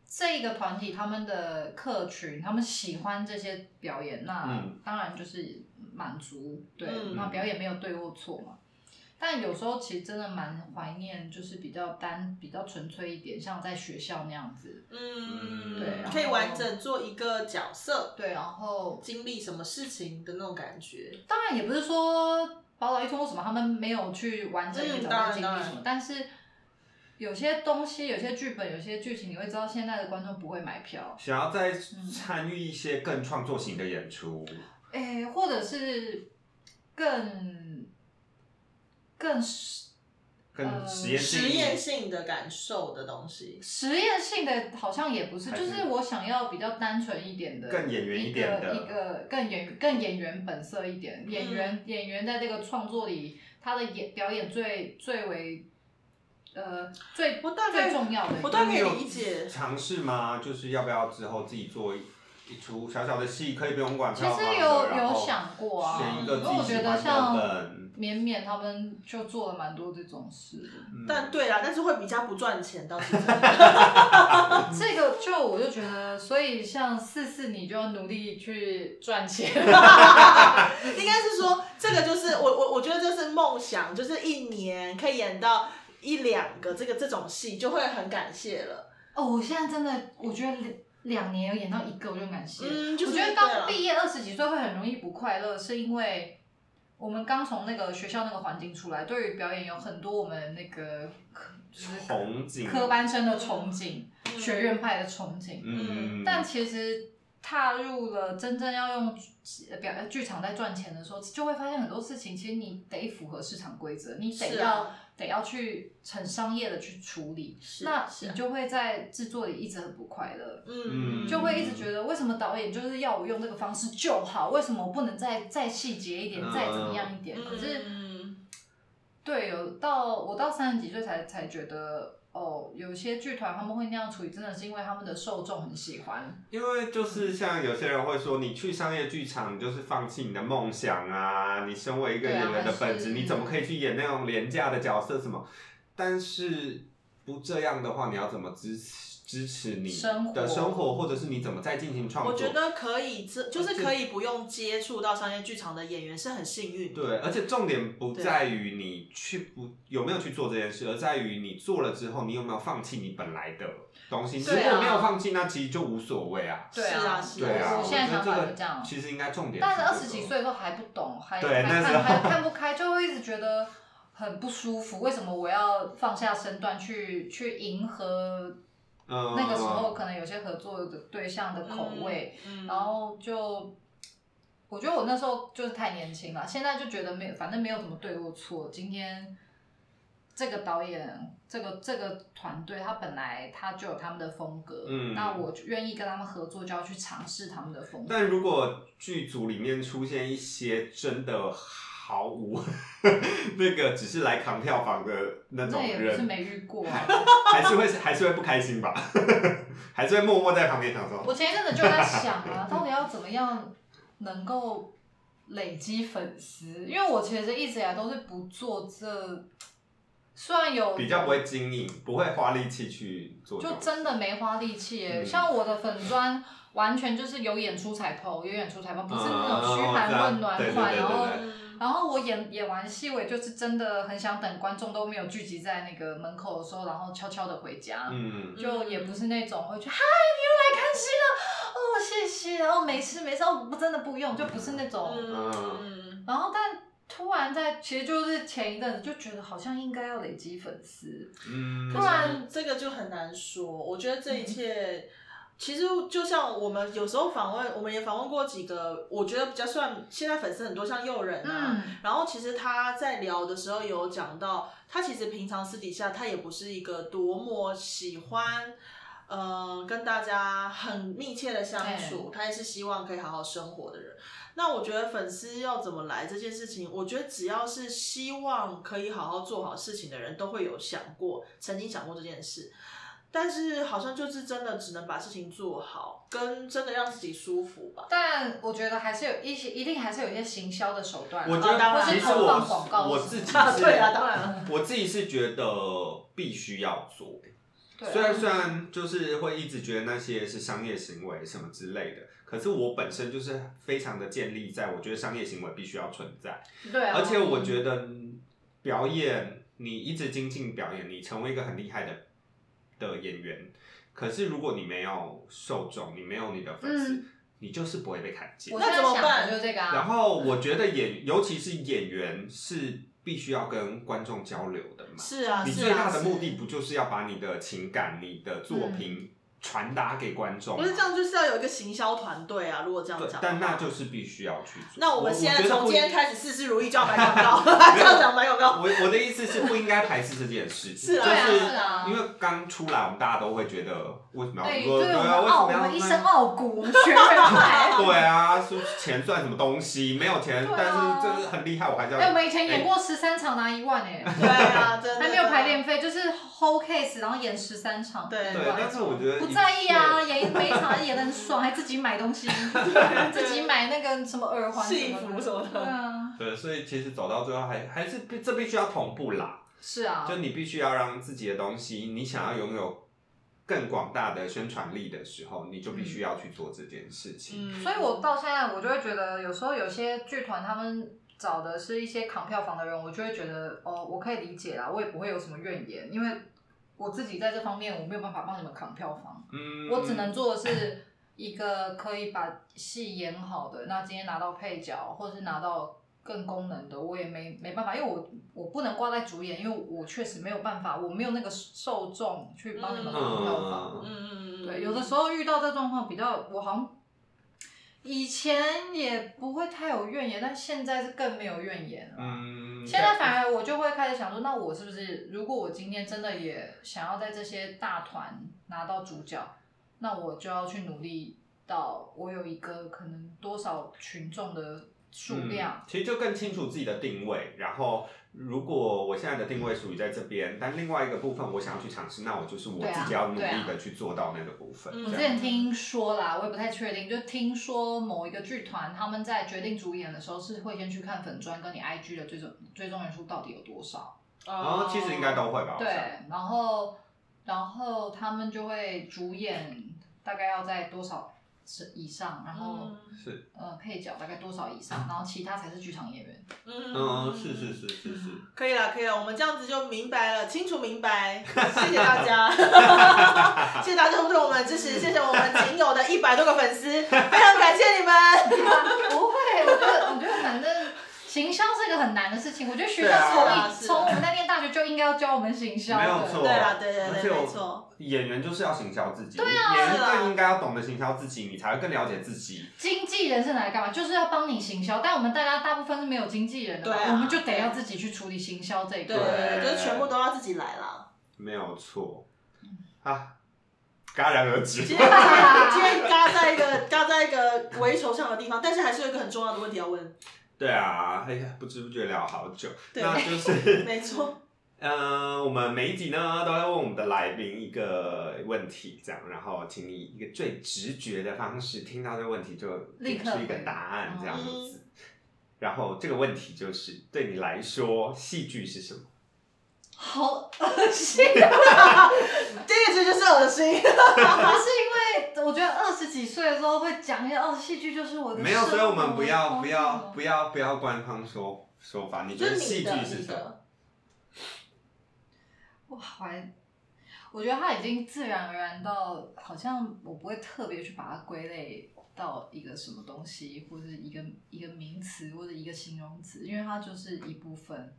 S3: 这一个团体，他们的客群，他们喜欢这些表演，那
S2: 嗯
S3: 当然就是满足。对，
S1: 嗯
S3: 那表演没有对或错嘛。但有时候其实真的蛮怀念，就是比较单、比较纯粹一点，像在学校那样子。
S1: 嗯，
S3: 对
S1: 可以完整做一个角色，
S3: 对，然后
S1: 经历什么事情的那种感觉。
S3: 当然也不是说宝岛一通或什么，他们没有去完整的
S1: 嗯
S3: 找
S1: 当
S3: 到
S1: 然
S3: 经历什么，但是有些东西、有些剧本、有些剧情，你会知道现在的观众不会买票，
S2: 想要再参与一些更创作型的演出，
S3: 哎、或者是更更实
S2: 更
S3: 呃
S2: 实验性
S1: 实验性的感受的东西，
S3: 实验性的，好像也不是，
S2: 还
S3: 就是是我想要比较单纯一点的，
S2: 更演员一点的
S3: 一个一个更演更演员本色一点，
S1: 嗯
S3: 演员演员在这个创作里，他的演表演最最为呃最
S1: 我大概
S3: 最重要的一
S1: 我
S3: 个
S1: 大概
S2: 你有
S1: 可以理解
S2: 尝试吗？就是要不要之后自己做一一出小小的戏，可以不用管
S3: 其
S2: 票房的
S3: 实有
S2: 然
S3: 有
S2: 后
S3: 想过啊，
S2: 选一个
S3: 因
S2: 自
S3: 为我
S2: 己
S3: 觉
S2: 喜
S3: 得
S2: 欢的
S3: 像
S2: 本。
S3: 绵绵他们就做了蛮多这种事的。
S2: 嗯
S1: 但对啦，但是会比较不赚钱，倒是真的。
S3: 这个就我就觉得，所以像四四，你就要努力去赚钱。
S1: 应该是说，这个就是我我我觉得这是梦想，就是一年可以演到一两个这个这种戏，就会很感谢了。
S3: 哦，我现在真的，我觉得两两年有演到一个，我就很感谢。
S1: 嗯，就是
S3: 我觉得
S1: 对
S3: 当
S1: 了
S3: 毕业二十几岁会很容易不快乐，是因为我们刚从那个学校那个环境出来，对于表演有很多我们那个就是
S2: 憧憬
S3: 科班生的憧憬，
S1: 嗯
S3: 学院派的憧憬。
S2: 嗯，
S3: 但其实踏入了真正要用呃表剧场在赚钱的时候，就会发现很多事情，其实你得符合市场规则，你得
S1: 是
S3: 要、
S1: 啊
S3: 得要去很商业的去处理，
S1: 是
S3: 那
S1: 是
S3: 你
S1: 啊
S3: 就会在制作里一直很不快乐。
S1: 嗯
S2: 嗯
S3: 就会一直觉得，为什么导演就是要我用这个方式就好？为什么我不能再再细节一点，
S2: 嗯
S3: 再怎么样一点？可是，
S1: 嗯
S3: 对，有到我到三十几岁才才觉得，哦，有些剧团他们会那样处理，真的是因为他们的受众很喜欢。
S2: 因为就是像有些人会说，你去商业剧场你就是放弃你的梦想啊，你身为一个
S3: 对啊
S2: 演员的本
S3: 还
S2: 质，
S3: 是
S2: 你怎么可以去演那种廉价的角色什么？但是不这样的话，你要怎么支持支持你
S3: 生活
S2: 的生活，或者是你怎么再进行创
S1: 嗯
S2: 作？
S1: 我觉得可以，这就是可以不用接触到商业剧场的演员是很幸运的。
S2: 对，而且重点不在于你去不有没有去做这件事，而在于你做了之后，你有没有放弃你本来的东西。
S3: 对啊
S2: 如果没有放弃，那其实就无所谓啊。
S3: 对
S1: 啊
S3: 啊，
S1: 是
S2: 对啊，
S3: 我
S2: 觉
S3: 现在
S2: 得
S3: 想
S2: 这
S3: 法
S2: 个
S3: 就这样。
S2: 其实应该重点这个。
S3: 但是二十几岁的时候还不懂，还
S2: 对
S3: 还
S2: 那
S3: 看
S2: 时候
S3: 还 看不开，就会一直觉得很不舒服。为什么我要放下身段去去迎合
S2: 嗯，
S3: 那个时候可能有些合作的对象的口味？
S1: 嗯，嗯
S3: 然后就我觉得我那时候就是太年轻了，现在就觉得没有，反正没有什么对或错。今天这个导演，这个这个团队，他本来他就有他们的风格，
S2: 嗯
S3: 那我就愿意跟他们合作，就要去尝试他们的风格。
S2: 但如果剧组里面出现一些真的毫无 那个只是来扛票房的那
S3: 那
S2: 种
S3: 也不是
S2: 人，
S3: 没遇 过、啊。
S2: 还是会还是会不开心吧， 还是会默默在旁边想说，
S3: 我前一阵子就在想啊，到底要怎么样能够累积粉丝？因为我其实一直以来都是不做这，虽然有
S2: 比较不会经营，不会花力气去做这
S3: 就
S2: 种事，
S3: 真的没花力气耶、
S2: 嗯
S3: 像我的粉砖，完全就是有演出才 PO，有演出才 PO，不是那种嘘寒问暖
S2: 嗯对对对对
S3: 款，然后
S2: 对。
S1: 嗯
S3: 然后我演演完戏，我也就是真的很想等观众都没有聚集在那个门口的时候，然后悄悄的回家，
S2: 嗯，
S3: 就也不是那种会去嗨，你又来看戏了，哦谢谢，哦没事没事，哦不真的不用，就不是那种。
S1: 嗯，
S3: 然后但突然在，其实就是前一阵子就觉得好像应该要累积粉丝，
S2: 嗯，
S3: 突然
S1: 这个就很难说。我觉得这一切。其实就像我们有时候访问，我们也访问过几个，我觉得比较算现在粉丝很多，像诱人啊，
S3: 嗯，
S1: 然后其实他在聊的时候有讲到，他其实平常私底下他也不是一个多么喜欢，呃，跟大家很密切的相处，他也是希望可以好好生活的人。那我觉得粉丝要怎么来这件事情，我觉得只要是希望可以好好做好事情的人，都会有想过，曾经想过这件事。但是好像就是真的只能把事情做好，跟真的让自己舒服 吧。
S3: 但我觉得还是有一些，一定还是有一些行销的手段啊。
S2: 我觉
S1: 当
S2: 得
S1: 然
S2: 其实
S1: 投
S3: 放广
S2: 我
S3: 告
S2: 我
S3: 是
S2: 自己
S3: 吗
S2: 是
S1: 对啊，当然了。
S2: 我自己是觉得必须要做，
S3: 对啊
S2: 虽然虽然就是会一直觉得那些是商业行为什么之类的，可是我本身就是非常的建立在我觉得商业行为必须要存在，
S3: 对啊，
S2: 而且我觉得表演，你一直精进表演，你成为一个很厉害的的演员，可是如果你没有受众，你没有你的粉丝，
S3: 嗯
S2: 你就是不会被看见
S3: 我。
S1: 那
S3: 现在
S1: 怎么
S3: 想
S1: 办
S3: 的就是这个
S2: 然
S3: 啊。
S2: 后我觉得演，尤其是演员是必须要跟观众交流的嘛。
S1: 是啊，
S2: 你
S1: 是
S2: 最大
S1: 啊，
S2: 的
S1: 是
S2: 目的不就是要把你的情感、你的作品传达给观众
S1: 嗯
S2: 吗？
S1: 不是这样，就是要有一个行销团队啊。如果这样
S2: 对
S1: 讲，
S2: 但那就是必须要去做。
S1: 那我们现在
S2: 觉得
S1: 从
S2: 不
S1: 今
S2: 应
S1: 天开始事事如意，就要买广 告， 这样讲买广告。
S2: 我我的意思是不应该排斥这件事，情，
S1: 是啊
S2: 就
S3: 对啊是啊
S2: 因为刚出来，我们大家都会觉得为什么要
S3: 哎，
S2: 说
S3: 对
S2: 对
S3: 我
S2: 啊，
S3: 们
S2: 为
S1: 哦
S3: 傲，
S2: 什
S3: 我
S2: 么要
S3: 们一
S2: 那
S3: 身傲骨，我们学院 派。
S2: 对啊，说钱算什么东西？没有钱，
S3: 对啊
S2: 但是真的很厉害，我还是要。
S3: 哎、我们以前演过十三场拿一万哎、
S1: 对啊，真的
S3: 还没有排。练费，就是 whole case，然后演十三场，
S1: 对
S2: 对，但是我觉得
S3: 不
S2: 一
S3: 在意啊，
S2: 切。
S3: 演每一场演的很爽，还自己买 东西，
S1: 对
S3: 自己买那个什么耳环什
S1: 戏
S3: 么
S1: 服
S3: 的，
S1: 什么
S3: 对
S1: 的，
S3: 啊，
S2: 对，所以其实走到最后还还是必这必须要同步啦，
S3: 是啊，
S2: 就你必须要让自己的东西，你想要拥有更广大的宣传力的时候，你就必须要去做这件事情。
S1: 嗯
S3: 所以我到现在我就会觉得，有时候有些剧团他们找的是一些扛票房的人，我就会觉得哦，我可以理解啦，我也不会有什么怨言，因为我自己在这方面我没有办法帮你们扛票房。
S2: 嗯，
S3: 我只能做的是一个可以把戏演好的。那今天拿到配角，或者是拿到更功能的，我也没没办法，因为我我不能挂在主演，因为我确实没有办法，我没有那个受众去帮你们扛票房。
S1: 嗯嗯嗯，嗯
S3: 对，有的时候遇到这状况比较，我好像以前也不会太有怨言，但现在是更没有怨言了。
S2: 嗯，
S3: 现在反而我就会开始想说，那我是不是如果我今天真的也想要在这些大团拿到主角，那我就要去努力到我有一个可能多少群众的数量
S2: 嗯。。其实就更清楚自己的定位。然后，如果我现在的定位属于在这边，但另外一个部分我想要去尝试，那我就是我
S3: 对啊
S2: 自己要努
S3: 对啊
S2: 力的去做到那个部分。
S1: 嗯
S3: 我之
S2: 这样
S3: 前听说啦，我也不太确定，就听说某一个剧团他们在决定主演的时候是会先去看粉砖跟你 IG 的追踪追踪人数到底有多少。
S1: 嗯
S2: 然后哦其实应该都会吧。我
S3: 对
S2: 想，
S3: 然后然后他们就会主演大概要在多少是以上，然后、
S1: 嗯
S2: 是，
S3: 呃配角大概多少以上，然后其他才是剧场 演员。
S1: 嗯
S2: 嗯，是是是是是。
S1: 可以了，可以了，我们这样子就明白了，清楚明白。谢谢大 家，谢谢大家对我们的支持，谢谢我们仅有的一百多个粉丝，非常感谢你们。
S3: 不会，我觉得我觉得反正。行销是一个很难的事情，我觉得学校
S2: 对
S3: 从
S1: 啊
S3: 一
S1: 是啊
S3: 从我们那念大学就应该要教我们行销的，
S2: 没有错，
S1: 对啦对对对
S2: 而且我
S1: 没错。
S2: 演员就是要行销自己，
S1: 啊
S2: 演员
S1: 是啊
S2: 更应该要懂得行销自己，你才会更了解自己。
S3: 经纪人是拿来干嘛？就是要帮你行销，但我们大家大部分是没有经纪人的嘛，
S1: 对啊
S3: 我们就得要自己去处理行销这一
S1: 对
S2: 啊
S3: 块。
S1: 对对，就是全部都要自己来啦。
S2: 没有错，
S3: 嗯
S2: 啊，戛然而 止。
S1: 今天今天嘎在一个嘎在一个围球上的地方，但是还是有一个很重要的问题要问。
S2: 对啊，哎呀，不知不觉聊好久，
S1: 对
S2: 那就是。
S1: 没错，
S2: 呃，我们每一集呢都会问我们的来宾一个问题，这样，然后请你一个最直觉的方式听到这个问题就
S3: 立
S2: 给
S3: 刻
S2: 出一个
S3: 回哦
S2: 答案，
S3: 答
S2: 这样子。然后这个问题就是对你来说，戏剧是什么？
S3: 好恶心啊
S1: 第一句就是恶心。
S3: 不是因为我觉得二十几岁的时候会讲一些哦，戏剧就是我的
S2: 没有，所以我们不要不要
S3: 要
S2: 不要不要官方说说法。你觉
S1: 就
S2: 得
S1: 是
S2: 戏
S1: 你
S2: 剧
S1: 的，
S2: 是
S1: 你
S2: 什么？
S1: 的，
S3: 我还我觉得它已经自然而然到好像我不会特别去把它归类到一个什么东西，或者一个一个名词或者一个形容词，因为它就是一部分，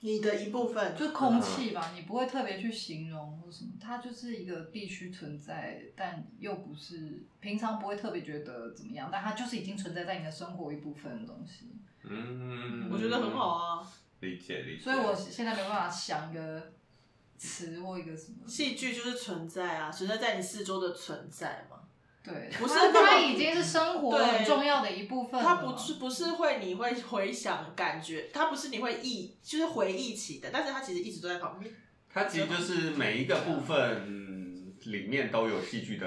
S1: 你的一部分。
S3: 就是空气吧，你不会特别去形容或什么，它就是一个必须存在，但又不是平常不会特别觉得怎么样，但它就是已经存在在你的生活一部分的东西。
S2: 嗯，
S1: 我觉得很好，啊，
S2: 理解理解。
S3: 所以我现在没办法想一个词或一个什么。
S1: 戏剧就是存在啊，存在在你四周的存在嘛。
S3: 对，
S1: 不是
S3: 它
S1: 那么
S3: 它已经是生活
S1: 对
S3: 很重要的一部分了
S1: 它不是不是会你会回想感觉，它不是你会忆就是
S2: 啊
S1: 回忆起的，但是它其实一直都在旁边。
S2: 它其实就是每一个部分里面都有戏剧的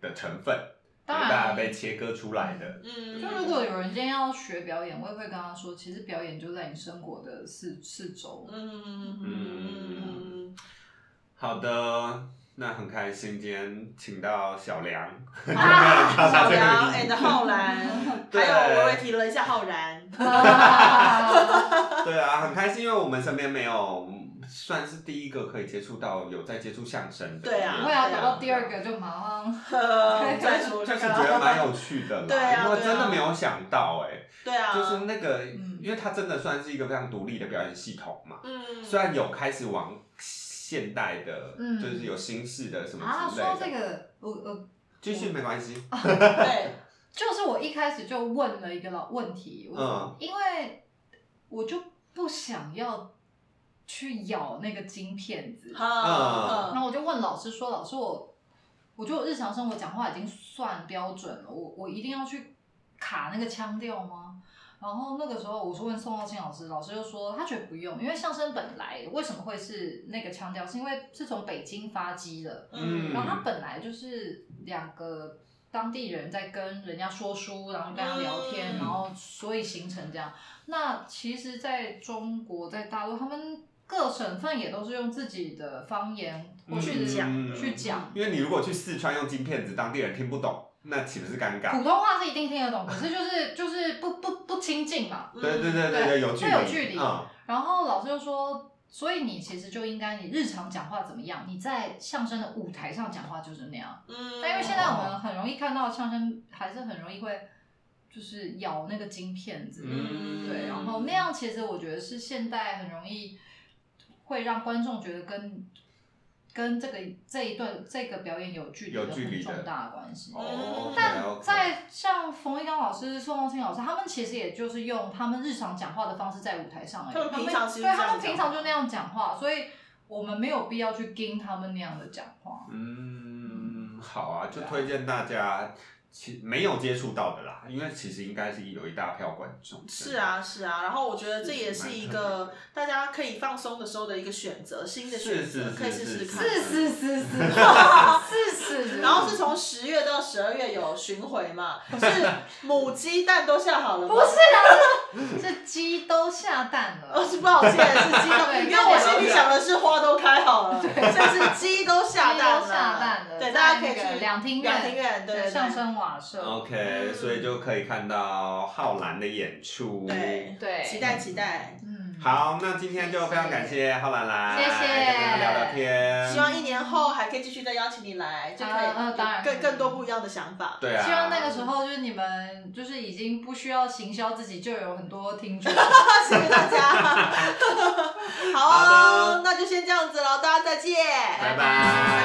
S2: 的成分，
S3: 当
S2: 有大家
S3: 然，
S2: 被切割出来的。
S1: 嗯，
S3: 就如果有人今天要学表演，我也会跟他说，其实表演就在你生活的四四周。
S1: 嗯嗯嗯嗯
S2: 好的，那很开心今天请到小 梁，
S1: 嗯，
S3: 啊
S2: 到
S1: 小
S2: 他这个
S1: 梁
S2: 名
S1: and
S2: 字
S1: 哎浩然，还有
S2: 对
S1: 我微提了一下浩然，
S2: 对啊，很开心，因为我们身边没有，算是第一个可以接触到有在接触相声的。
S1: 对啊
S3: 我也要找到第二个就马上。
S1: 再说
S2: 就是
S1: 那
S2: 觉得蛮
S1: 个，
S2: 有趣的啦，
S1: 对啊
S2: 因为
S1: 对啊
S2: 真的没有想到哎、
S1: 对啊，
S2: 就是那个，
S3: 嗯
S2: 因为它真的算是一个非常独立的表演系统嘛，
S1: 嗯，
S2: 虽然有开始往现代的，
S4: 嗯
S2: 就是有新式的什
S3: 啊，
S2: 么之
S3: 说
S2: 类
S3: 到
S2: 的，
S3: 这个，哦我我
S2: 继续没关系，
S1: 对，
S3: 就是我一开始就问了一个老问题，我、
S2: 嗯
S3: 因为我就不想要去咬那个金片子，
S2: 嗯
S1: 哈，
S3: 然后我就问老师说：“老师我，我觉得我日常生活讲话已经算标准了，我我一定要去卡那个腔调吗？”然后那个时候我是问宋浩清老师，老师就说他觉得不用，因为相声本来为什么会是那个腔调，是因为是从北京发迹的，
S1: 嗯
S3: 然后他本来就是两个当地人在跟人家说书，然后跟他聊天，
S1: 嗯
S3: 然后所以形成这样。那其实在中国，在大陆，他们各省份也都是用自己的方言或
S1: 嗯
S3: 去
S1: 讲
S3: 去讲。
S2: 因为你如果去四川用金片子，当地人听不懂，那岂不是尴尬？
S3: 普通话是一定听得懂，可是就是就是不不不亲近嘛。
S2: 对对对
S3: 对
S2: 对，有距
S3: 会有
S2: 离，
S3: 距离
S2: 嗯，
S3: 然后老师就说，所以你其实就应该你日常讲话怎么样，你在相声的舞台上讲话就是那样。
S1: 嗯，
S3: 但因为现在我们很容易看到相声，还是很容易会就是咬那个金片子，
S2: 嗯
S3: 对，然后那样其实我觉得是现代很容易会让观众觉得跟跟这个这一段这个表演有距离
S2: 有
S3: 的
S2: 距离
S3: 很
S2: 的
S3: 重大的关系。
S2: 哦，
S3: 嗯但
S2: OK，OK
S3: 在像冯玉刚老师、宋仲清老师，他们其实也就是用他们日常讲话的方式在舞台上而已。
S1: 他们平常其实
S3: 对
S1: 是这样
S3: 他们
S1: 讲
S3: 平常
S1: 话
S3: 就那样讲话，所以我们没有必要去跟他们那样的讲话。
S2: 嗯，好啊，就推荐大家，其没有接触到的啦，因为其实应该是有一大票观众。
S1: 是，啊，是啊，然后我觉得这也是一个
S2: 是
S1: 大家可以放松的时候的一个选择，新的选
S2: 是
S1: 择
S2: 是
S1: 可以
S2: 是
S1: 试试
S2: 是
S1: 看。
S2: 是
S3: 是是是是是，
S1: 然后是从十月到十二月有巡回嘛，是母鸡蛋都下好了吗？
S3: 不是啊，是鸡都下蛋
S1: 哦，
S3: 了，
S1: 是抱歉，是 鸡蛋，
S3: 对
S1: 因为我心里想的是花都开好了，所以是鸡都下蛋
S3: 鸡都下蛋了，
S1: 对，大家可以
S3: 在那
S1: 去
S3: 个两厅
S1: 两厅
S3: 院
S1: 院，对对对
S3: 相声瓦
S2: 哦
S3: 舍，
S2: OK，所以就可以看到浩然的演出。
S1: 对
S2: 嗯
S4: 对
S1: 期待期待，
S3: 嗯，
S2: 好，那今天就非常感谢浩然来，
S4: 谢谢
S2: 跟大家聊聊天。
S1: 希望一年后还可以继续再邀请你来，就可
S3: 啊啊当然
S1: 以更更多不一样的想法。
S2: 对啊，
S3: 希望那个时候就是你们就是已经不需要行销自己，就有很多听 众。
S1: 谢谢大家，好
S2: 好
S1: 哦
S2: 的，
S1: 那就先这样子了，大家再见，
S2: 拜
S4: 拜
S2: 拜。